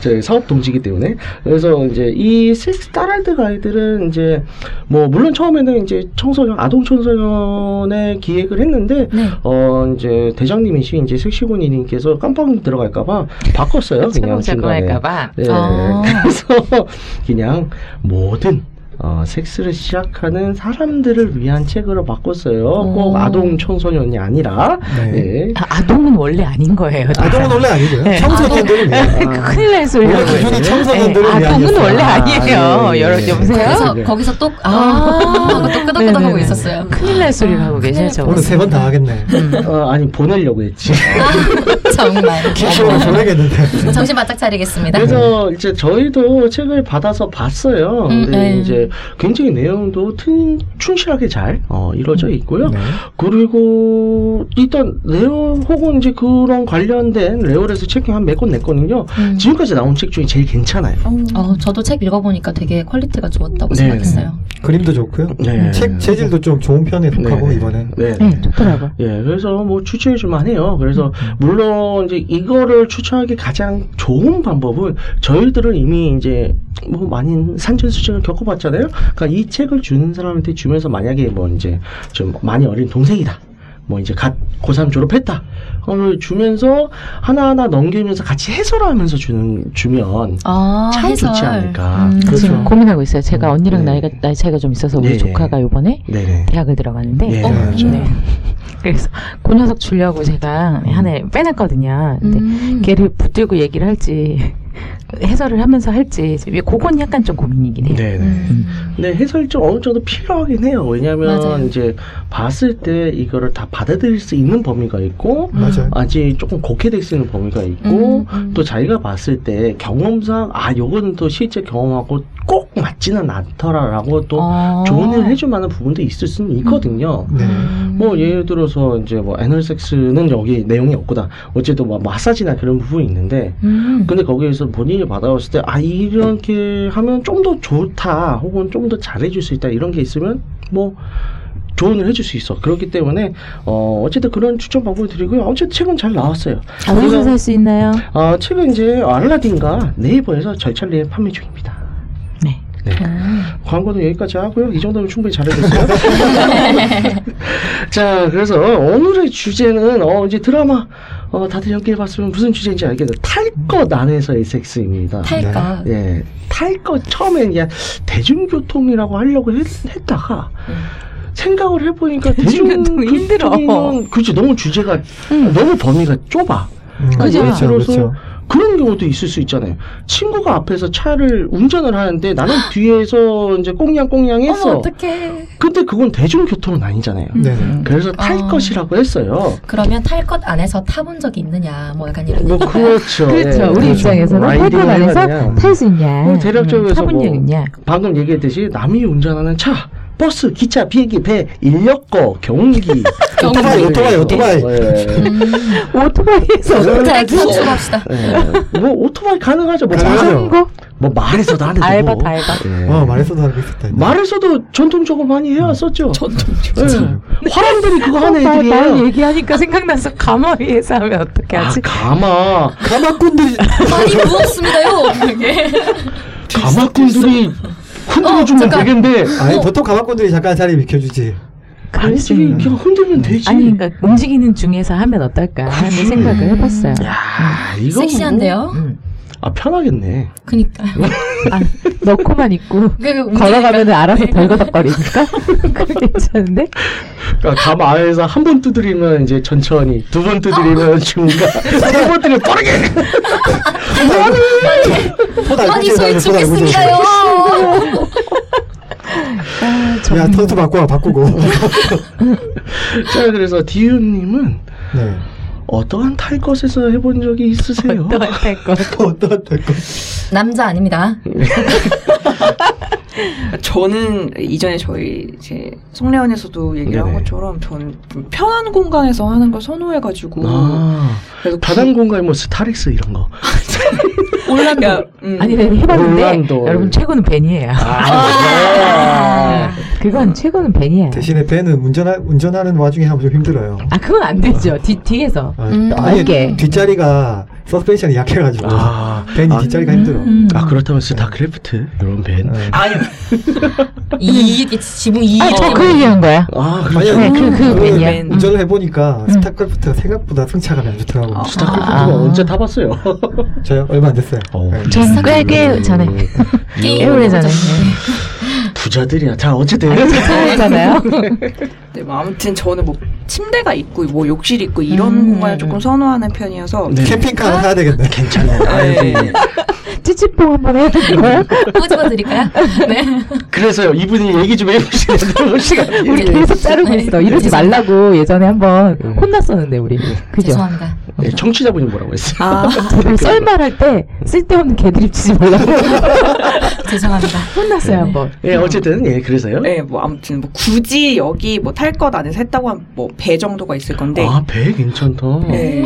S6: 저희 사업 동지기 때문에. 그래서 이제 이 섹스 딸알드 가이드는 이제 뭐 물론 처음에는 이제 청소년 아동 청소년에 기획을 했는데
S2: 네.
S6: 어 이제 대장님이신 이제 섹시군이님께서 깜빡 들어갈까봐 바꿨어요. 그냥
S5: 잘고
S6: 중간에.
S5: 할까봐.
S6: 예,
S2: 아.
S6: 그래서 그냥 모든 어, 섹스를 시작하는 사람들을 위한 책으로 바꿨어요. 꼭
S2: 오.
S6: 아동 청소년이 아니라.
S3: 네.
S6: 예.
S5: 아, 아동은 원래 아닌 거예요.
S3: 아동은 원래 아니고요.
S5: 네.
S3: 청소년들은 네.
S5: 큰일 날
S3: 원래
S5: 소리라고.
S3: 기준이 청소년들은
S5: 네, 아동은
S3: 아니었어요.
S5: 그 원래 아니에요.
S6: 아. 아, 예, 예.
S5: 여러 여보세요.
S2: 그래서
S6: 네.
S2: 거기서 또 아, 하고 또 끄덕끄덕 하고
S5: 네네네.
S2: 있었어요.
S5: 큰일 날 소리를 하고 계셔 저분.
S3: 오늘 세 번 다 하겠네.
S2: 음.
S3: 음.
S6: 어, 아니 보내려고 했지.
S5: 네.
S2: 정말.
S3: 키쇼로 보내겠는데.
S2: 네. 음.
S3: 네.
S2: 정신 바짝 차리겠습니다.
S6: 그래서 이제 저희도 책을 받아서 봤어요.
S2: 음,
S6: 근데
S2: 네.
S6: 이제 굉장히 내용도 튼, 충실하게 잘 어, 이루어져 있고요. 그리고 일단 레오 혹은 이제 그런 관련된 레오에서 책이 한 몇 권 냈거든요.
S2: 음.
S6: 지금까지 나온 책 중에 제일 괜찮아요.
S2: 어, 저도 책 읽어보니까 되게 퀄리티가 좋았다고
S6: 네.
S2: 생각했어요.
S3: 그림도 좋고요.
S6: 네.
S3: 책 재질도 좀 좋은 편에 속하고
S6: 네.
S3: 이번엔.
S6: 네.
S5: 네, 좋더라고.
S6: 예, 그래서 뭐 추천해 줄만 해요. 그래서 물론 이제 이거를 추천하기 가장 좋은 방법은 저희들은 이미 이제 뭐 많이 산전수전을 겪어봤잖아요. 그러니까 이 책을 주는 사람한테 주면서 만약에 뭐 이제 좀 많이 어린 동생이다. 뭐 이제 갓 고3 졸업했다. 오늘 주면서 하나하나 넘기면서 같이 해설하면서 주는 주면
S2: 아,
S6: 참 좋지 않을까.
S5: 지금 고민하고 있어요. 제가 언니랑
S6: 네.
S5: 나이가 나이 차이가 좀 있어서 우리
S6: 예.
S5: 조카가 요번에
S6: 네네.
S5: 대학을 들어가는데
S6: 예,
S5: 어,
S6: 맞아요.
S5: 네. 그래서 그 녀석 주려고 제가 한 해 빼놨거든요. 근데
S2: 음.
S5: 걔를 붙들고 얘기를 할지 해설을 하면서 할지 그건 약간 좀 고민이긴 해요.
S6: 네네.
S2: 음.
S6: 네, 해설이 좀 어느 정도 필요하긴 해요. 왜냐면
S2: 맞아요.
S6: 이제 봤을 때 이거를 다 받아들일 수 있는 범위가 있고
S3: 맞아요.
S6: 아직 조금 곡해될 수 있는 범위가 있고
S2: 음, 음.
S6: 또 자기가 봤을 때 경험상 아 요거는 또 실제 경험하고 꼭 맞지는 않더라라고 또
S2: 어.
S6: 조언을 해줄 만한 부분도 있을 수는 있거든요.
S3: 네.
S6: 뭐 예를 들어서 이제 뭐 애널섹스는 여기 내용이 없구나. 어쨌든 뭐 마사지나 그런 부분이 있는데
S2: 음.
S6: 근데 거기에서 본인이 받아왔을 때 아 이렇게 하면 좀 더 좋다 혹은 좀 더 잘해줄 수 있다 이런 게 있으면 뭐 조언을 해줄 수 있어 그렇기 때문에 어 어쨌든 그런 추천 방법을 드리고요 어쨌든 책은 잘 나왔어요
S5: 어디서
S4: 아,
S6: 그래서-
S5: 살 수 있나요?
S6: 아 책은 이제 알라딘과 네이버에서 절찬리에 판매 중입니다
S5: 네.
S6: 네.
S4: 아.
S6: 광고는 여기까지 하고요. 이 정도면 충분히 잘해줬어요. 자, 그래서 오늘의 주제는 어, 이제 드라마 어, 다들 연기해 봤으면 무슨 주제인지 알겠죠.
S4: 음.
S6: 탈것 안에서의 섹스입니다.
S2: 탈까.
S6: 예, 탈것 처음엔 그냥 대중교통이라고 하려고 했, 다가 생각을 해보니까
S4: 음. 대중교통이 힘들어.
S6: 대중교통은 그렇지 너무 주제가 너무 범위가 좁아.
S3: 음,
S6: 그죠?
S3: 그렇죠. 그렇죠.
S6: 그래서 그런 경우도 있을 수 있잖아요. 친구가 앞에서 차를 운전을 하는데 나는 뒤에서 이제 꽁냥꽁냥 했어.
S2: 어머 어떡해.
S6: 근데 그건 대중교통은 아니잖아요.
S3: 네. 네.
S6: 그래서 탈
S2: 어.
S6: 것이라고 했어요.
S2: 그러면 탈 것 안에서 타본 적이 있느냐 뭐 약간 이런
S6: 뭐
S2: 얘기인가요?
S6: 그렇죠.
S5: 그렇죠.
S6: 예,
S5: 우리
S6: 그렇죠.
S5: 입장에서는
S6: 라이딩을
S5: 탈것 안에서
S6: 해봤냐.
S5: 탈 수 있냐. 음,
S6: 뭐 대략적으로 해서
S5: 타본
S6: 뭐-
S5: 적 있냐.
S6: 방금 얘기했듯이 남이 운전하는 차, 버스, 기차, 비행기, 배, 인력거, 경기,
S3: 오토바이, 오토바이, 오토바이.
S6: 예.
S5: 오토바이에서
S2: 자, 기억합시다.
S6: 예. 뭐 오토바이 가능하죠. 뭐,
S3: 가능하죠.
S6: 말은-
S5: 거?
S6: 뭐 말해서도 안 되고.
S5: 알바 다 알바.
S6: 예.
S3: 어, 말했어도 하고 있었다.
S6: 말에서도 전통적으로 많이 해왔었죠. 전통적으로. 화랑들이 그거 하는
S5: 어, 나, 나
S6: 애들이에요.
S5: 얘기하니까 생각나서 가마 위에서 하면 어떻게
S6: 아,
S5: 하지?
S6: 가마.
S3: 가마꾼들이
S2: 많이 무겁습니다요. 이게.
S6: 가마꾼들이 흔들어주면
S2: 어, 잠깐.
S6: 되겠는데.
S3: 아니 보통 가마꾼들이 잠깐 자리 비켜주지.
S5: 그럴
S6: 아니지,
S5: 수 있는.
S6: 그냥 흔들면 되지.
S5: 아니 그러니까 움직이는 중에서 하면 어떨까 하는
S6: 그치.
S5: 생각을 해봤어요.
S6: 야, 이거. 뭐-
S2: 섹시한데요.
S6: 아, 편하겠네.
S2: 그니까.
S5: 아, 넣고만 있고
S2: 그
S5: 걸어가면 알아서 덜거덕거리니까 그게 괜찮은데
S6: 그러니까 가마 안에서 한 번 두드리면 이제 천천히, 두 번
S5: 아.
S6: 두드리면 중간, 세번 두드리면 빠르게!
S3: 포다
S2: 아니 소리 죽겠습니다요.
S3: 야 턴수 바꿔 바꾸고.
S2: 음.
S6: 자, 그래서 디윤님은
S3: 네.
S6: 어떠한 탈것에서 해본 적이 있으세요?
S5: 어떨까
S3: 어떤 될까?
S2: 남자 아닙니다.
S4: 저는 이전에 저희 이제 송래원에서도 얘기를 한
S6: 네네.
S4: 것처럼 저는 좀 편한 공간에서 하는 걸 선호해가지고
S6: 아,
S4: 그래서
S6: 바닥 공간 뭐 스타렉스 이런 거.
S4: 올란도 음,
S5: 아니 내가 해봤는데
S6: 올란도.
S5: 여러분 최고는 벤이에요.
S6: 아,
S5: 그건 최고는 벤이에요.
S3: 대신에 배는 운전하, 운전하는 와중에 하면 좀 힘들어요.
S5: 아 그건 안 되죠. 뒤 뒤에서
S3: 아,
S2: 음,
S5: 어깨.
S3: 뒷자리가 서스펜션이 약해가지고
S6: 아,
S3: 벤이 뒷자리가 힘들어.
S5: 음.
S6: 아 그렇다면 스타크래프트 이런 밴.
S3: 네.
S2: 이 이게 지붕 이.
S5: 아니 저그 얘기한 거야.
S6: 아
S3: 아니,
S6: 그렇죠.
S5: 네, 그- 그 음. 벤이야.
S3: 벤. 운전을 해보니까 스타크래프트가 생각보다 승차감이 안 좋더라고요.
S5: 어. 아.
S6: 스타크래프트가 언제 타봤어요?
S3: 저요? 얼마 안 됐어요.
S6: 어, 네.
S3: 네.
S5: 저는 꽤, 꽤 전에. 꽤 오래전에.
S6: 부자들이야. 자 어쨌든
S4: 아,
S5: 그러잖아요.
S4: 네, 뭐 아무튼 저는 뭐 침대가 있고 뭐 욕실 있고 이런
S2: 음.
S4: 공간을 조금 선호하는 편이어서
S6: 네.
S3: 캠핑카
S5: 아,
S3: 하나 사야 되겠네.
S6: 괜찮아요.
S4: 네.
S6: 아이고.
S5: 찌찌뽕 한번 해야 되는 거야?
S2: 꼬집어 드릴까요? 네.
S6: 그래서요 이분이 얘기 좀 해보시면 좋을 시간이.
S5: 우리
S4: 예.
S5: 계속 자르고 있어. 이러지 말라고 예전에 한번 혼났었는데 우리. 그죠?
S2: 죄송합니다.
S6: 네, 청취자분이 뭐라고 했어요?
S4: 아,
S5: 제발 썰말할 때 쓸데없는 개드립 치지 말라고
S2: 죄송합니다.
S5: 혼났어요 한번.
S6: 예 어쨌든 예 그래서요.
S4: 네, 뭐 아무튼 뭐 굳이 여기 뭐 탈 것 안에서 했다고 하면 뭐 배 정도가 있을 건데
S6: 아배 괜찮다.
S4: 네.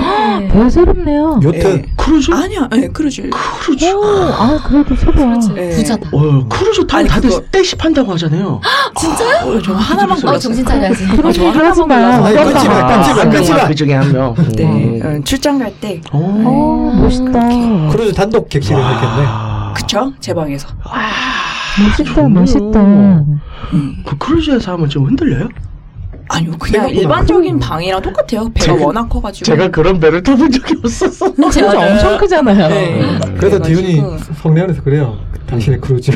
S5: 배가 새롭네요.
S3: 요트
S4: 네.
S6: 크루즈?
S4: 아니야, 네, 크루즈.
S6: 크루즈.
S5: 오, 아 그래도 새로워.
S4: 네.
S2: 부자다.
S6: 어 크루즈 타면
S4: 아니,
S6: 다들
S4: 그거-
S6: 떼시 판다고 하잖아요.
S2: 진짜요?
S4: 어, 저 하나만
S2: 어
S4: 골랐어요.
S2: 정신 차려야지.
S5: 그런
S4: 저
S5: 얘기 하지
S4: 하나만
S5: 마.
S4: 골라서.
S3: 아니,
S5: 그런 거
S3: 끊지 마,
S5: 알아.
S3: 끊지 마, 끊지 마.
S6: 그 중에 한 명.
S4: 네,
S6: 음. 어.
S4: 어, 출장 갈 때,
S6: 오.
S5: 오, 어, 멋있다.
S3: 크루즈 단독 객실을 했겠네.
S6: 와.
S4: 그쵸? 제 방에서.
S5: 멋있다,
S6: 좋네요.
S5: 멋있다.
S6: 그 크루즈에서 하면 좀 흔들려요?
S4: 아니요, 그냥
S3: 생각보다
S4: 일반적인 방이랑 똑같아요. 배가
S6: 제가-
S4: 워낙 커가지고.
S6: 제가 그런 배를 타본 적이 없었어.
S5: 진짜 엄청 크잖아요.
S4: 네.
S3: 그래서
S4: 그래가지고.
S3: 디윤이 성내원에서 그래요. 당신의 크루즈.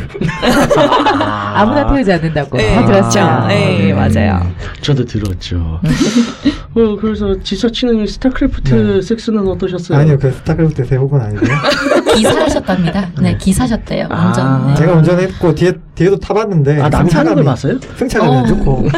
S5: 아무나 아, 태우지 않는다고
S4: 네,
S5: 들었죠.
S4: 그렇죠. 네, 맞아요.
S6: 음, 저도 들었죠. 어, 그래서 지서치는 스타크래프트
S3: 네.
S6: 섹스는 어떠셨어요?
S3: 아니요, 그 스타크래프트 대부분 아니고요.
S2: 기사하셨답니다. 네, 기사셨대요.
S6: 아.
S2: 운전. 네.
S3: 제가 운전했고 뒤에 뒤에도 타봤는데
S6: 아, 남이 하는 걸 봤어요?
S3: 승차감이 안 좋고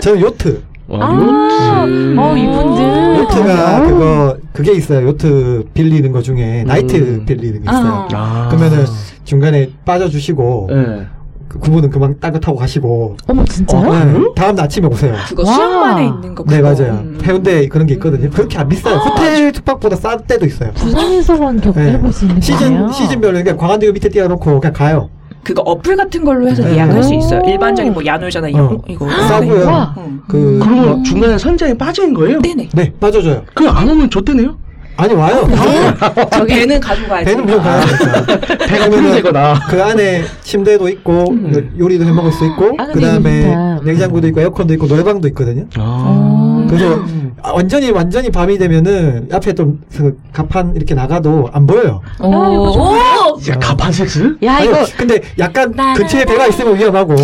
S3: 저는 요트
S6: 와, 아, 요트.
S5: 아, 어, 이분들. 어.
S3: 요트가 그거 그게 있어요. 요트 빌리는 거 중에 나이트
S6: 음.
S3: 빌리는 거 있어요.
S5: 어.
S6: 아.
S3: 그러면은 중간에 빠져주시고
S6: 예.
S3: 그 구분은 그만 따뜻하고 가시고
S5: 어머, 진짜요?
S6: 아,
S3: 네, 다음 날 아침에 오세요.
S4: 그거
S5: 와.
S4: 수영만에 있는 거.
S3: 네
S4: 그거.
S3: 맞아요.
S4: 음.
S3: 해운대 그런 게 있거든요. 그렇게 안 비싸요.
S2: 아.
S3: 호텔 숙박보다 싼 때도 있어요.
S5: 부산에서만
S3: 네.
S5: 겪어볼 수 있는 거예요.
S3: 시즌 시즌별로 그냥 광안대교 밑에 띄워놓고 그냥 가요.
S4: 그거 어플 같은 걸로 해서
S3: 네.
S4: 예약할 수 있어요.
S5: 오.
S4: 일반적인 뭐 야놀잖아 이거
S3: 어.
S4: 이거. 어.
S3: 싸고요.
S5: 와.
S4: 응.
S3: 그
S6: 그리고
S3: 뭐,
S6: 중간에 선장이 빠진 거예요?
S4: 네네.
S3: 네 빠져줘요.
S6: 그럼 안 오면 좋대네요?
S3: 아니 와요.
S1: 아,
S4: 저 배는 가져가야지.
S3: 배는 무조건 가요. 그러니까.
S6: 배가 풀리거나.
S3: 그 안에 침대도 있고
S6: 음.
S3: 그 요리도 해 먹을 수 있고
S5: 아, 근데 이거
S3: 그다음에
S5: 좋다.
S3: 냉장고도 있고 에어컨도 있고 노래방도 있거든요.
S5: 어.
S6: 아.
S3: 그래서 아, 완전히 완전히 밤이 되면은 앞에 좀그 가판 이렇게 나가도 안 보여요.
S6: 야, 아. 가판 섹스?
S5: 야,
S3: 아니, 어.
S5: 이거
S3: 근데 약간
S2: 나, 나,
S3: 근처에
S2: 나.
S3: 배가 있으면 위험하고.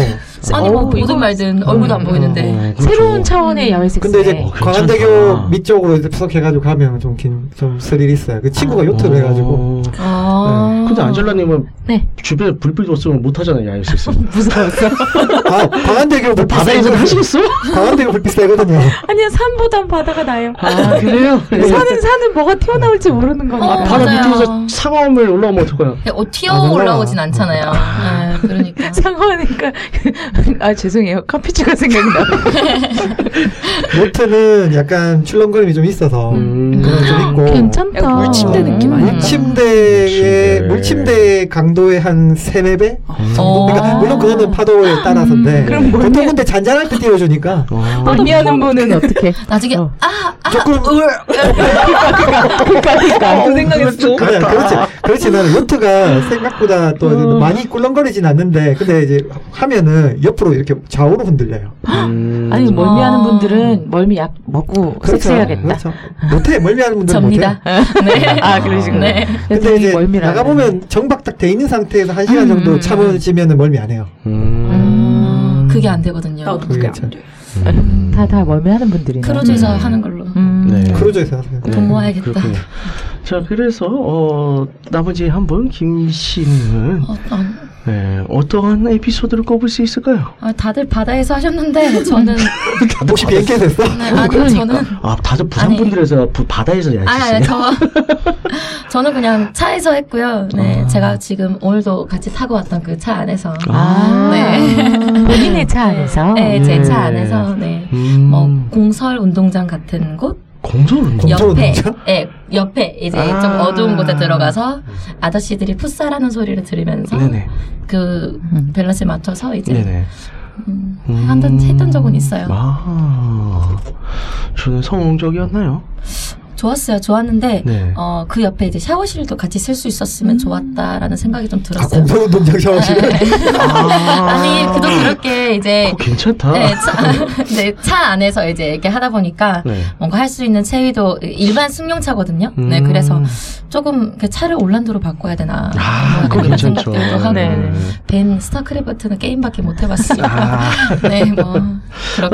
S2: 아니 뭐
S5: 어우, 이거
S2: 보든 말든 얼굴도 안 보이는데
S6: 어, 그렇죠.
S5: 새로운 차원의 야외 섹스.
S3: 근데
S4: 네.
S3: 이제
S6: 어, 괜찮다.
S3: 광안대교 밑쪽으로 이제 푸석 해가지고 가면 좀 긴, 좀 스릴 있어요. 그 친구가
S6: 아.
S3: 요트를 해가지고.
S6: 어.
S2: 아.
S6: 근데 안젤라님은
S2: 네.
S6: 주변에 불빛 없으면 못하잖아요, 야외 섹스.
S5: 무서웠어.
S3: 아, 광안대교 불빛
S6: 뭐 바다에서
S3: 세거든요.
S6: 하시겠어?
S3: 광안대교 불빛 세거든요.
S5: 아니야, 산보단 바다가 나요.
S6: 아, 그래요?
S5: 산은 산은 뭐가 튀어나올지 모르는 거니까.
S2: 아,
S6: 바다
S2: 맞아요.
S6: 밑에서 상어음을 올라오면 어떡해요?
S2: 어, 튀어
S3: 아, 몰라.
S2: 올라오진 않잖아요. 네, 그러니까.
S5: 상어니까 아 죄송해요 카피추가
S3: 어.
S5: 생각나
S3: 요트는 약간 출렁거림이 좀 있어서.
S6: 음.
S3: 그런 게 좀 있고.
S5: 괜찮다
S4: 약간 물침대 느낌 아니야?
S3: 물침대의,
S6: 물침대.
S3: 물침대 강도의 한 3, 4배?
S2: 어.
S3: 그러니까, 물론 그거는 파도에 따라서인데.
S5: 그럼 뭘
S3: 보통 근데 잔잔할 때 띄워주니까.
S6: 어.
S5: 언니하는 아, 분은 어떻게
S2: 나중에
S5: 어.
S2: 아, 아,
S3: 조금.
S5: 그러니까
S4: 그 생각했어.
S3: 아니야, 그렇지. 그렇지. 나는 요트가
S2: 아,
S3: 생각보다 또 많이 꿀렁거리진 않는데, 근데 이제 하면은 옆으로 이렇게 좌우로 흔들려요.
S6: 음.
S5: 아니 멀미하는
S2: 아.
S5: 분들은 멀미 약 먹고 섹스해야겠다
S3: 그렇죠. 못해. 멀미하는 분들은 못해.
S2: 접니다. 네.
S5: 아 그러시구나
S2: 네.
S3: 근데 이제
S5: 멀미라
S3: 나가보면 정박 딱 돼 있는 상태에서 한 시간
S2: 음,
S3: 정도
S2: 음.
S3: 참으시면 멀미 안 해요.
S6: 음.
S2: 음, 그게 안 되거든요.
S4: 나도 그게 안 돼.
S5: 다다 멀미하는 분들이
S2: 크루즈에서
S6: 음.
S2: 하는 걸로.
S5: 음.
S6: 네.
S3: 크루즈에서 하세요.
S2: 돈 모아야겠다.
S6: 그렇군요. 자, 그래서 어, 나머지 한 분 김 씨는
S2: 어, 아,
S6: 네, 어떠한 에피소드를 꼽을 수 있을까요?
S2: 아, 다들 바다에서 하셨는데 저는
S3: 혹시 비행기에서 했어?
S2: 네, 아니요 저는
S6: 아, 다들 부산
S2: 아니.
S6: 분들에서 부- 바다에서 야식
S2: 아니
S6: 쓰네.
S2: 아니 저 저는 그냥 차에서 했고요. 네
S6: 아.
S2: 제가 지금 오늘도 같이 타고 왔던 그 차 안에서
S5: 아
S2: 네.
S5: 본인의 차 안에서
S2: 네 제 차
S6: 네.
S2: 안에서 네.
S6: 음,
S2: 뭐 공설 운동장 같은 곳
S6: 공설은
S3: 공설
S2: 옆에
S3: 운동장?
S2: 예 옆에 이제
S6: 아.
S2: 좀 어두운 곳에 들어가서 아저씨들이 풋살하는 소리를 들으면서
S6: 네네.
S2: 그 밸런스 맞춰서 이제
S6: 네네.
S2: 음,
S6: 음.
S2: 한번 했던 적은 있어요.
S6: 아, 저는 성공적이었나요?
S2: 좋았어요. 좋았는데
S6: 네.
S2: 어, 그 옆에 이제 샤워실도 같이 쓸 수 있었으면 좋았다라는 생각이 좀
S3: 아,
S2: 들었어요. 네.
S3: 공설 운동장 샤워실.
S2: 아니, 그도 그렇게 이제
S6: 어, 괜찮다.
S2: 네, 차, 네, 차 안에서 이제 이렇게 하다 보니까
S6: 네.
S2: 뭔가 할 수 있는 체위도 일반 승용차거든요. 네,
S6: 음.
S2: 그래서 조금 이렇게 차를 올란도로 바꿔야 되나
S6: 아,
S2: 뭐
S6: 그거
S2: 그런
S6: 괜찮죠. 아.
S2: 생각들도 하고
S5: 네.
S2: 벤 스타크래프트는 게임밖에 못 해봤으니까
S6: 아.
S2: 네, 뭐
S6: 어떤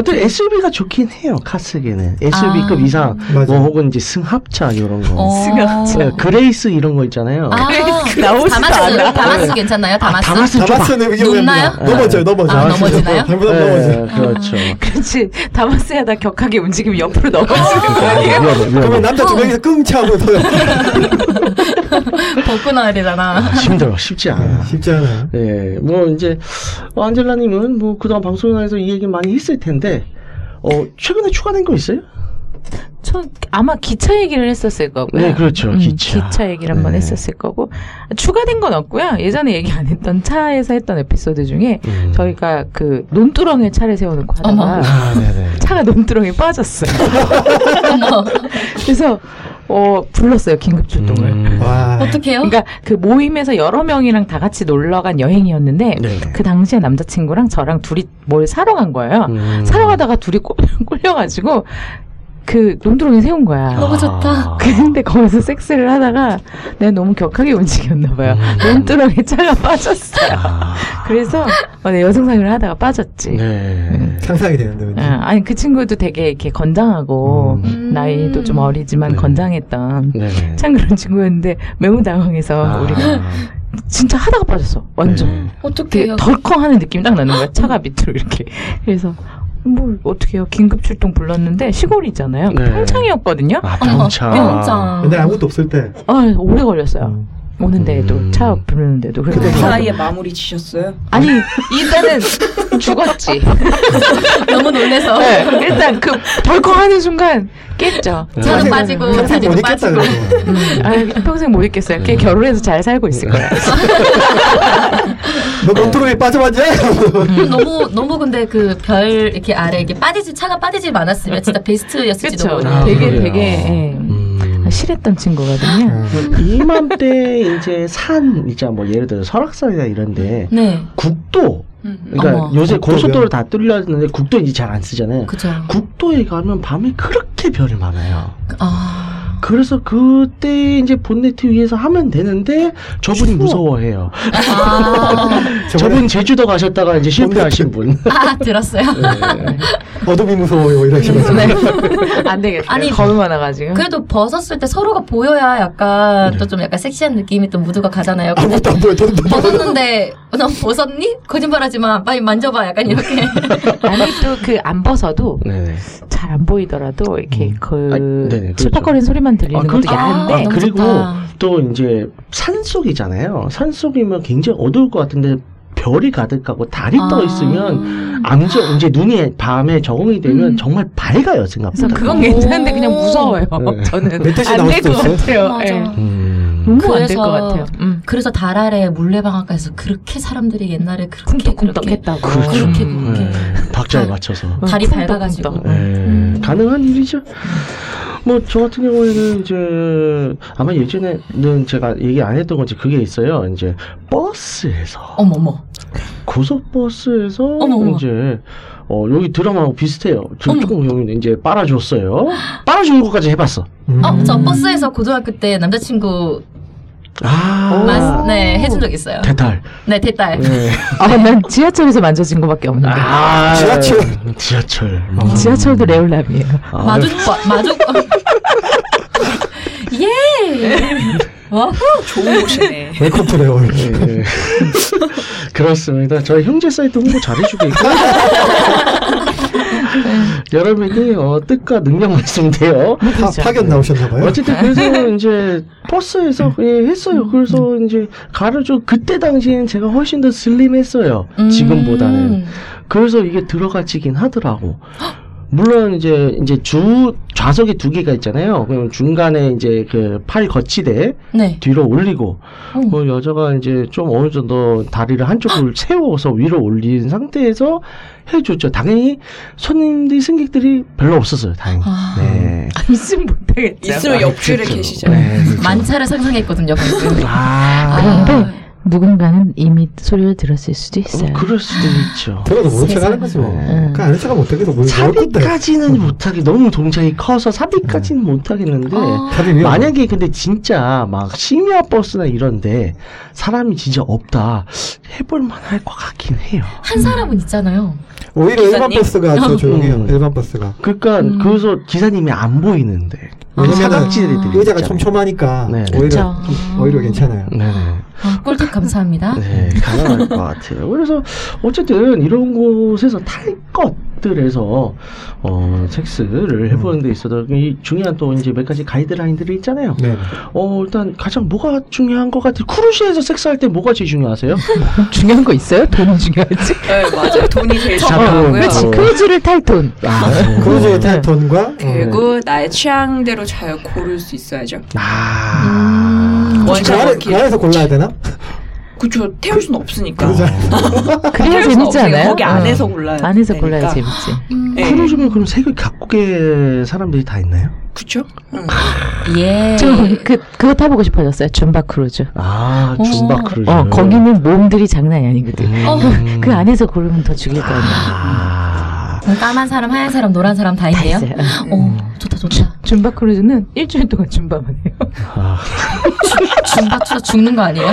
S2: 그렇게
S6: SUV가 좋긴 해요. 카스기는 SUV급
S2: 아.
S6: 이상
S3: 맞아.
S6: 뭐 혹은 이제 승합차 이런 거.
S2: 어.
S6: 네, 그레이스 이런 거 있잖아요.
S2: 아,
S4: 나오지도
S2: 다마스,
S4: 않아.
S2: 다마스 괜찮나요? 다마스?
S6: 다마스 좀
S3: 다마스는 이게
S2: 높나요?
S3: 뭐냐면 넘어져요, 넘어져.
S2: 아, 넘어지나요?
S3: 잘못하면 넘어져.
S6: 네, 그렇죠.
S5: 음. 그렇지 다마스에다 격하게 움직이면 옆으로 넘어지는
S6: 아,
S5: 거예요
S6: 위험해, 위험해.
S2: 어.
S3: 그러면 남자 두 명이서 끙차면서
S2: 벗고 나야 되잖아.
S6: 아, 힘들어, 쉽지 않아.
S3: 쉽지 않아요.
S6: 예, 뭐 이제 어, 안젤라님은 뭐 그동안 방송에서 이 얘기 많이 했을 텐데 어 최근에 추가된 거 있어요?
S5: 저 아마 기차 얘기를 했었을 거고요. 음,
S6: 네, 그렇죠. 기차.
S5: 얘기를 한번
S6: 네.
S5: 했었을 거고 추가된 건 없고요. 예전에 얘기 안 했던 차에서 했던 에피소드 중에
S6: 음.
S5: 저희가 그 논두렁에 차를 세워놓고 하다가
S6: 아, 네네.
S5: 차가 논두렁에 빠졌어요. 그래서 어 불렀어요 긴급 출동을.
S6: 음.
S3: 와.
S2: 어떡해요?
S5: 그러니까 그 모임에서 여러 명이랑 다 같이 놀러 간 여행이었는데
S6: 네.
S5: 그 당시에 남자친구랑 저랑 둘이 뭘 사러 간 거예요.
S6: 음.
S5: 아, 사러 가다가 둘이 꼴- 꼴려가지고 그 논두렁에 세운
S6: 아.
S5: 거야.
S2: 너무 좋다.
S5: 근데 거기서 섹스를 하다가 내가 너무 격하게 움직였나 봐요. 몸두렁에 차가 빠졌어요.
S6: 아,
S5: 그래서 어, 내 여성상을 하다가 빠졌지.
S6: 네.
S3: 상상이 되는데, 왠지.
S5: 어, 아니 그 친구도 되게 이렇게 건장하고
S2: 음.
S5: 나이도 좀 어리지만
S6: 네.
S5: 건장했던
S6: 네. 아.
S5: 참 그런 친구였는데 매우 당황해서 어, 우리가 진짜 하다가 빠졌어 완전
S6: 네.
S5: 되게
S2: 어떡해요?
S5: 덜컹하는 느낌이 딱 나는 거야 차가 밑으로 이렇게 그래서 뭐 어떻게요? 긴급 출동 불렀는데 시골이잖아요.
S6: 네.
S5: 평창이었거든요.
S6: 아 병차.
S2: 병장.
S3: 옛날에 아무것도 없을 때
S5: 아, 오래 걸렸어요. 오는데도
S6: 음.
S5: 차 부르는데도 그래서
S3: 그때
S5: 다-
S1: 사이에 마무리 지셨어요?
S5: 아니 이때는 죽었지.
S2: 너무 놀래서
S5: 네, 일단 그 덜컹하는 순간 깼죠.
S6: 네. 아,
S2: 차는 빠지고
S3: 평생 못
S2: 사진도
S3: 있겠다
S2: 빠지고.
S3: 그래도
S5: 아, 평생 못 잊겠어요. 걔 결혼해서 잘 살고 있을 거예요.
S3: 너 컨트롤에 빠져봤냐?
S2: 음. 너무 너무 근데 그 별 이렇게 아래 이렇게 빠지지 차가 빠지지 않았으면 진짜 베스트였을지도
S5: 그렇죠.
S2: 몰라.
S6: 아,
S5: 되게
S6: 그래요.
S5: 되게 예.
S6: 음.
S5: 실했던 친구거든요.
S6: 이맘때 이제 산 이제 뭐 예를 들어 설악산이나 이런데
S2: 네,
S6: 국도 그러니까
S2: 어머.
S6: 요새
S3: 국도면.
S6: 고속도로 다 뚫렸는데 국도 이제 잘 안 쓰잖아요.
S2: 그죠.
S6: 국도에 가면 밤에 그렇게 별이 많아요.
S2: 아,
S6: 그래서 그때 이제 본네트 위에서 하면 되는데 저분이 무서워해요.
S2: 아,
S6: 저분 제주도 가셨다가 이제 실패하신 분.
S2: 아 들었어요.
S3: 어둠이 무서워요 이러시면서
S5: 안 되겠어요.
S2: 아니,
S5: 겁이 많아가지고.
S2: 그래도 벗었을 때 서로가 보여야 약간 또 좀 약간 섹시한 느낌이 또 무드가 가잖아요. 근데
S3: 아무것도 안 보여 저는 너무
S2: 벗었는데 넌 벗었니? 거짓말하지 마. 빨리 만져봐. 약간 이렇게.
S5: 아니 또 그 안 벗어도
S6: 네네.
S5: 잘 안 보이더라도 이렇게
S6: 아,
S5: 그
S6: 네네, 그렇죠.
S5: 칠퍽거리는 소리만 들리는
S6: 아,
S5: 것도
S6: 그렇죠.
S5: 야한데
S2: 아, 너무
S6: 그리고
S2: 좋다.
S6: 또 이제 산속이잖아요. 산속이면 굉장히 어두울 것 같은데 별이 가득하고 달이
S2: 아.
S5: 아.
S6: 떠 있으면
S5: 음,
S6: 암저 이제 눈이 밤에 적응이 되면
S2: 음.
S6: 정말 밝아요 생각보다.
S5: 그래서 그건
S2: 오.
S5: 괜찮은데 그냥 무서워요.
S6: 네.
S5: 저는
S3: 몇 대씩
S5: 안
S3: 나올
S5: 될
S3: 수도
S5: 것
S3: 있어요?
S5: 같아요.
S2: 맞아.
S5: 예.
S6: 음.
S5: 너무 안 될
S2: 그래서
S5: 것 같아요. 음.
S2: 그래서 달 아래 물레방앗간에서 그렇게 사람들이 옛날에 그렇게 그렇게
S5: 쿵떡쿵떡했다고. 어,
S6: 그렇죠.
S2: 그렇게
S6: 음.
S2: 그렇게. 음.
S6: 네, 박자에
S2: 아.
S6: 맞춰서.
S2: 다리
S5: 쿵떡,
S2: 밝아가지고.
S5: 쿵떡.
S6: 네, 가능한 일이죠. 뭐 저 같은 경우에는 이제 아마 예전에는 제가 얘기 안 했던 건지 그게 있어요. 이제 버스에서
S2: 어머 어머.
S6: 고속버스에서
S2: 어머, 어머.
S6: 이제 어, 여기 드라마하고 비슷해요. 저 조금 형이 이제 빨아줬어요. 빨아주는 것까지 해봤어.
S3: 음.
S2: 어 저 버스에서 고등학교 때 남자친구
S6: 아
S2: 만, 네 해준 적 있어요.
S6: 대탈.
S2: 네 대딸.
S6: 네.
S5: 아, 난 지하철에서 만져진 것밖에 없는데.
S6: 아,
S3: 지하철.
S2: 네.
S6: 지하철. 음.
S5: 지하철도 레올람이에요.
S6: 아,
S2: 마주 마- 마주. 예. 와후.
S1: 좋은 곳이네.
S3: 왜 컨트롤해요
S6: 예, 예. 그렇습니다. 저희 형제 사이트 홍보 잘해주고 있고 여러분이 어, 뜻과 능력만 있으면 돼요.
S3: 파,
S2: 그렇죠.
S3: 파견 나오셨나봐요
S6: 어쨌든 그래서 이제 버스에서 예, 했어요. 그래서 이제 가르쳐 그때 당시엔 제가 훨씬 더 슬림했어요. 지금보다는. 그래서 이게 들어가지긴 하더라고. 물론 이제 이제 주 좌석이 두 개가 있잖아요. 그럼 중간에 이제 그 팔 거치대
S2: 네.
S6: 뒤로 올리고
S2: 음.
S6: 그 여자가 이제 좀 어느 정도 다리를 한쪽을 세워서 위로 올린 상태에서 해줬죠. 당연히 손님들이 승객들이 별로 없었어요. 다행히.
S2: 아.
S6: 네.
S5: 있으면 못하겠죠.
S1: 있으면 옆줄에
S6: 그렇죠.
S1: 계시죠.
S6: 네, 그렇죠.
S2: 만차를 상상했거든요 방금.
S6: 아,
S5: 그런데 누군가는 이미 소리를 들었을 수도
S6: 어,
S5: 있어요.
S6: 그럴 수도
S2: 네.
S6: 있죠.
S3: 들어도 모른 척 하는 거지 뭐
S5: 음.
S3: 그 아는 척 못하겠어 뭘 건데
S6: 사비까지는 못하게 너무 동작이 커서 사비까지는
S1: 네.
S6: 못하겠는데
S3: 아, 답이 미워
S6: 만약에 근데 진짜 막 심야 버스나 이런데 사람이 진짜 없다 해볼 만할 것 같긴 해요.
S2: 한 사람은 있잖아요.
S3: 오히려 일반
S1: 기사님?
S3: 버스가 더 조용해요
S6: 음.
S3: 일반 버스가
S6: 그러니까
S2: 음.
S6: 그래서 기사님이 안 보이는데 그
S3: 왜냐면은
S6: 아, 사각지대들이
S3: 의자가
S6: 있잖아요.
S3: 촘촘하니까
S6: 네.
S5: 그렇죠.
S3: 오히려
S2: 그쵸.
S3: 오히려 괜찮아요
S6: 네네.
S2: 아, 꿀팁 감사합니다.
S6: 네, 가능할 것 같아요. 그래서 어쨌든 이런 곳에서 탈 것들에서 어, 섹스를 해보는 데 있어서 이 중요한 또 이제 몇 가지 가이드라인들이 있잖아요.
S3: 네.
S6: 어, 일단 가장 뭐가 중요한 것 같아요? 크루즈에서 섹스할 때 뭐가 제일 중요하세요?
S5: 중요한 거 있어요? 돈이 중요하지?
S1: 네, 맞아요. 돈이 제일
S6: 자본은
S1: 중요하고요.
S5: 그렇지. 크루즈를 탈 돈.
S6: 아,
S3: 크루즈의 탈 돈과
S6: 네.
S1: 그리고 나의 취향대로 잘 고를 수 있어야죠.
S6: 아,
S3: 그, 안에, 그 안에서 골라야 되나?
S1: 그쵸. 태울 수는 없으니까.
S5: 그래야
S1: 태울 수는
S5: 재밌지
S1: 없으니까
S5: 않아요?
S1: 거기
S5: 어.
S1: 안에서 골라야
S5: 안에서
S1: 되니까.
S5: 골라야 재밌지.
S2: 음,
S1: 네.
S6: 크루즈면 그럼 세계 각국의 사람들이 다 있나요?
S1: 그쵸? 응.
S2: 예.
S5: 저 그, 그거 타보고 싶어졌어요. 줌바 크루즈.
S6: 아,
S2: 어.
S6: 줌바 크루즈.
S5: 어, 거기는 몸들이 장난이 아니거든.
S6: 음.
S2: 어.
S5: 그 안에서 고르면 더 죽일 거야.
S6: 아,
S2: 까만 사람, 하얀 사람, 노란 사람 다
S5: 다
S2: 있네요.
S5: 있어요. 음.
S2: 오, 좋다, 좋다.
S5: 줌바 크루즈는 일주일 동안 줌바만 해요.
S6: 아.
S2: 줌바 추다 죽는 거 아니에요?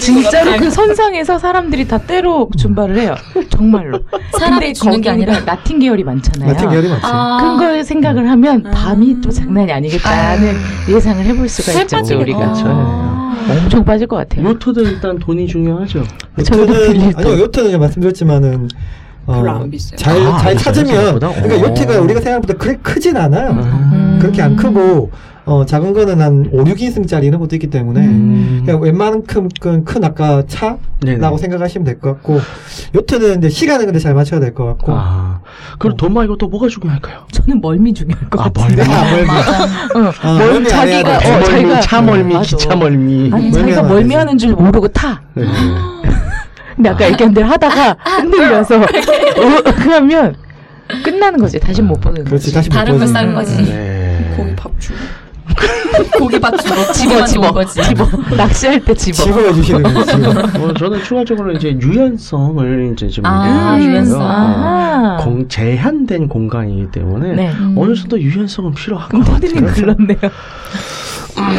S5: 진짜로 그 선상에서 사람들이 다 때로 줌바를 해요. 정말로.
S2: 사람이
S5: 근데
S2: 죽는 게
S5: 거기는
S2: 아니라.
S5: 라틴 계열이 많잖아요.
S3: 같은 결이 많지.
S2: 아,
S5: 그런 걸 생각을 하면 밤이 또 장난이 아. 아니겠다는 예상을 해볼 수가 있죠. 우리가 엄청 빠질 것 아. 네. 같아요.
S6: 요트도 일단 돈이 중요하죠.
S5: 아, 저도
S3: 요트는
S5: 빌릴 돈.
S3: 아니요 요트는 말씀드렸지만은
S1: 별로 안 비싸요.
S3: 잘,
S6: 아,
S3: 잘
S6: 비싸요,
S3: 찾으면
S6: 생각보다?
S3: 그러니까
S6: 어.
S3: 요트가 우리가 생각보다 그렇게 크진 않아요.
S6: 음.
S3: 그렇게 안 크고 어, 작은 거는 한 5, 6인승짜리 이런 것도 있기 때문에
S6: 음.
S3: 그냥 웬만큼 큰, 큰 아까 차라고
S6: 네네.
S3: 생각하시면 될 것 같고 요트는 근데 시간은 근데 잘 맞춰야 될 것 같고
S6: 아, 그럼 돈 말고 또 뭐가 중요할까요?
S5: 저는 멀미 중요할 것
S6: 아,
S5: 같아요.
S6: 멀미.
S3: 아, 멀미.
S5: 응.
S3: 아,
S5: 멀미
S3: 멀미 안 해야
S5: 자기가
S3: 돼.
S5: 어, 자기가
S6: 차멀미,
S5: 맞아.
S6: 기차멀미.
S5: 아니 자기가
S3: 멀미하면 안
S5: 멀미하는 줄 모르고 타.
S6: 네.
S5: 근데 아까 얘기한 대로 하다가 흔들려서 어, 그러면 끝나는 거지. 다시 못 보는
S3: 그렇지
S5: 거지.
S3: 다시 못
S2: 다른 걸싼
S3: 보여주는
S2: 거지.
S5: 음.
S6: 네.
S1: 고기 밥 주고.
S2: 고기 밥 주고
S5: 집어
S2: 집어
S5: 집어
S2: 준 거지.
S5: 집어 낚시할 때 집어.
S3: 집어해 주시는 거지
S6: 어, 저는 추가적으로 이제 유연성을 이제 좀
S2: 아,
S6: 얘기하고요.
S2: 유연성.
S6: 어,
S5: 아하.
S6: 공, 제한된 공간이기 때문에
S5: 네.
S2: 음.
S6: 어느 정도 유연성은 필요하고.
S5: 토디님 글렀네요. 음.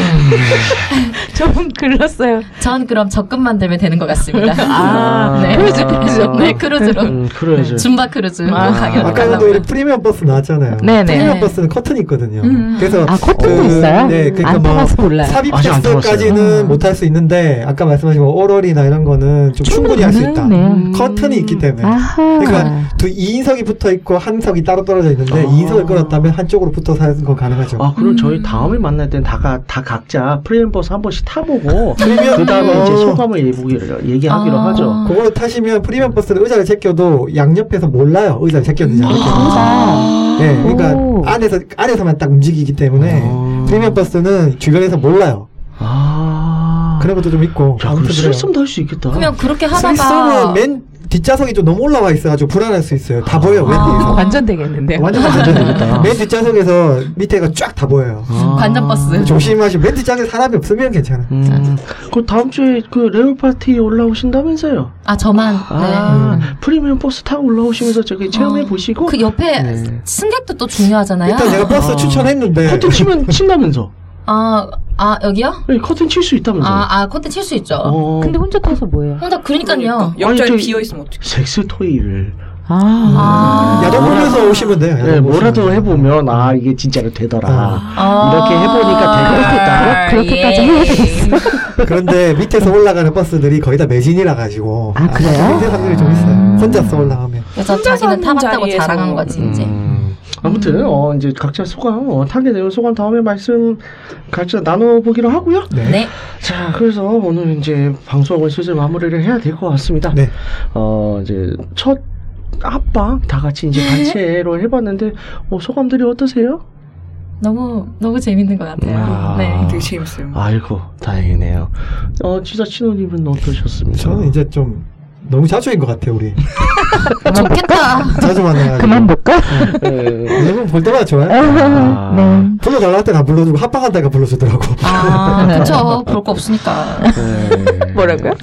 S5: 저분 글렀어요.
S2: 전 그럼 적금 만들면 되는 것 같습니다.
S5: 아,
S2: 네.
S5: 크루즈, 크루즈.
S2: 네, 크루즈로.
S6: 음, 그래야죠.
S2: 줌바 크루즈. 뭐
S5: 아,
S2: 강연.
S3: 아까 근데 우리 프리미엄 버스 나왔잖아요
S5: 네네.
S3: 프리미엄 버스는 커튼이 있거든요 그래서
S5: 아, 커튼도
S3: 그,
S5: 있어요?
S3: 네 그러니까
S5: 안
S3: 뭐
S5: 타봐서 몰라요.
S3: 삽입
S6: 아직 안
S3: 패스까지는
S5: 타봤어요.
S3: 못 할 수 있는데 아까 말씀하신 뭐 오럴이나 이런 거는 좀 충분히 할 수 있다
S5: 가능하네요.
S3: 음. 커튼이 있기 때문에
S5: 아하.
S3: 그러니까 두 2인석이 붙어 있고 한 석이 따로 떨어져 있는데
S6: 네. 아.
S3: 2인석을 끌었다면 한쪽으로 붙어서 하는 건 가능하죠.
S6: 아, 그럼 저희 다음에 만날 때는 다, 가, 다 각자 프리랜 버스 한 번씩 타보고,
S3: 프리미엄
S6: 그 다음에 이제
S3: 어.
S6: 소감을 얘기하기로, 얘기하기로
S2: 아.
S6: 하죠.
S3: 그걸 타시면 프리미엄 버스를 의자를 제껴도 양옆에서 몰라요. 의자를 제꼈는지 안
S6: 아.
S3: 제꼈는지. 예, 그러니까
S5: 오.
S3: 안에서 안에서만 딱 움직이기 때문에
S6: 아.
S3: 네. 프리미엄 버스는 주변에서 몰라요.
S6: 아.
S3: 그런 것도 좀 있고.
S6: 야, 그럼 실습도 할 수 있겠다.
S2: 그러면 그렇게 하다가
S3: 스위스는 맨 뒷좌석이 좀 너무 올라와 있어가지고 불안할 수 있어요. 다 보여 맨
S2: 아.
S3: 뒤에서.
S5: 완전 되겠는데요.
S3: 완전
S6: 되겠다.
S3: 완전 맨 뒷좌석에서 밑에가 쫙 다 보여요.
S6: 아.
S2: 관전 버스.
S3: 음, 조심하시면 맨 뒷좌석에 사람이 없으면 괜찮아. 요
S6: 음, 그 다음 주에 그 레오 파티 올라오신다면서요?
S2: 아 저만. 네.
S6: 아, 프리미엄 버스 타고 올라오시면서 저기 체험해 보시고
S2: 그 옆에
S6: 네.
S2: 승객도 또 중요하잖아요.
S3: 일단 제가 버스
S6: 아.
S3: 추천했는데
S6: 커튼 치면 친다면서?
S2: 아, 아 여기요?
S6: 네, 커튼 칠 수 있다면서?
S2: 아, 아 그때 칠 수 있죠.
S6: 어,
S5: 근데 혼자 타서 뭐예요?
S2: 혼자 그러니까요.
S1: 그러니까. 옆자리
S6: 아니, 저-
S1: 비어 있으면 어떡해.
S6: 섹스 토이를
S5: 아.
S2: 아.
S3: 야동 보면서 오시면 돼요. 야동
S6: 네,
S3: 보시면
S6: 뭐라도
S3: 돼요.
S6: 해보면 아 이게 진짜로 되더라.
S3: 아.
S2: 아.
S6: 이렇게 해보니까
S2: 아,
S6: 되겠다.
S5: 그렇게까지
S2: 예.
S5: 해야 되겠어.
S3: 그런데 밑에서 올라가는 버스들이 거의 다 매진이라 가지고
S5: 아, 그래요?
S3: 힘들 확률이 좀 있어요.
S6: 음.
S3: 혼자서 올라가면.
S2: 그래서
S1: 혼자서 하는
S2: 자기는 타봤다고
S1: 자리에서.
S2: 자랑한 거지 이제.
S6: 음, 아무튼 어, 이제 각자 소감 어, 타게 되면 소감 다음에 말씀 각자 나눠보기로 하고요.
S2: 네.
S6: 자, 그래서 오늘 이제 방송을 슬슬 마무리를 해야 될 것 같습니다.
S3: 네.
S6: 어, 이제 첫 합방 다 같이 이제 단체로 해봤는데 어, 소감들이 어떠세요?
S2: 너무 너무 재밌는 것 같아요.
S6: 아.
S2: 네.
S1: 되게 재밌어요.
S6: 아이고 다행이네요. 어, 지사 친호님은 어떠셨습니까?
S3: 저는 이제 좀 너무 자주인 것 같아요, 우리.
S2: 좋겠다.
S3: 자주 만나가지고.
S5: 그만 볼까?
S6: 네.
S3: 여러분 볼 때마다 좋아요.
S6: 아.
S5: 네.
S3: 불러달라 할 때는 안 불러주고 합방한다가 불러주더라고.
S2: 아, 그쵸. 볼 거 없으니까.
S6: 네.
S5: 뭐라고요?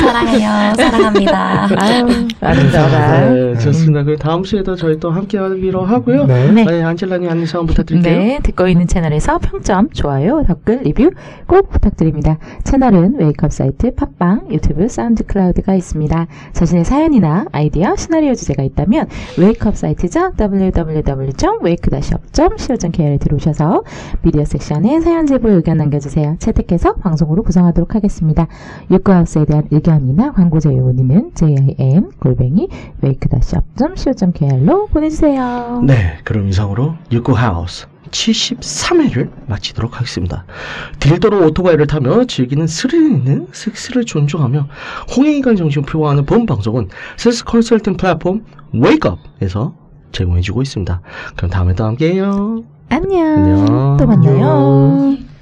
S2: 사랑해요. 사랑합니다.
S5: 아유, 아름다워라.
S6: 네, 좋습니다. 그 다음 주에도 저희 또 함께 하기로 하고요.
S3: 네.
S5: 네.
S6: 네, 안젤라님 안내 사항 부탁드릴게요.
S5: 네, 듣고 있는 채널에서 평점, 좋아요, 댓글, 리뷰 꼭 부탁드립니다. 채널은 웨이크업 사이트, 팟빵, 유튜브, 사운드 클라우드가 있습니다. 자신의 사연이나 아이디어, 시나리오 주제가 있다면 웨이크업 사이트죠. www.wake-up.co.kr에 들어오셔서 미디어 섹션에 사연 제보 의견 남겨주세요. 채택해서 방송으로 구성하도록 하겠습니다. 유쿠하우스에 대한 의견이나 광고 제의 문의는 jim 골뱅이 wake-up.co.kr로 보내주세요.
S6: 네, 그럼 이상으로 육구하우스 73회를 마치도록 하겠습니다. 딜도로 오토바이를 타며 즐기는 스릴 있는 섹스를 존중하며 홍익인간 정신을 표방하는 본 방송은 섹스 컨설팅 플랫폼 웨이크업에서 제공해주고 있습니다. 그럼 다음에 또 함께해요.
S5: 안녕.
S6: 안녕.
S5: 또 만나요.
S6: 안녕.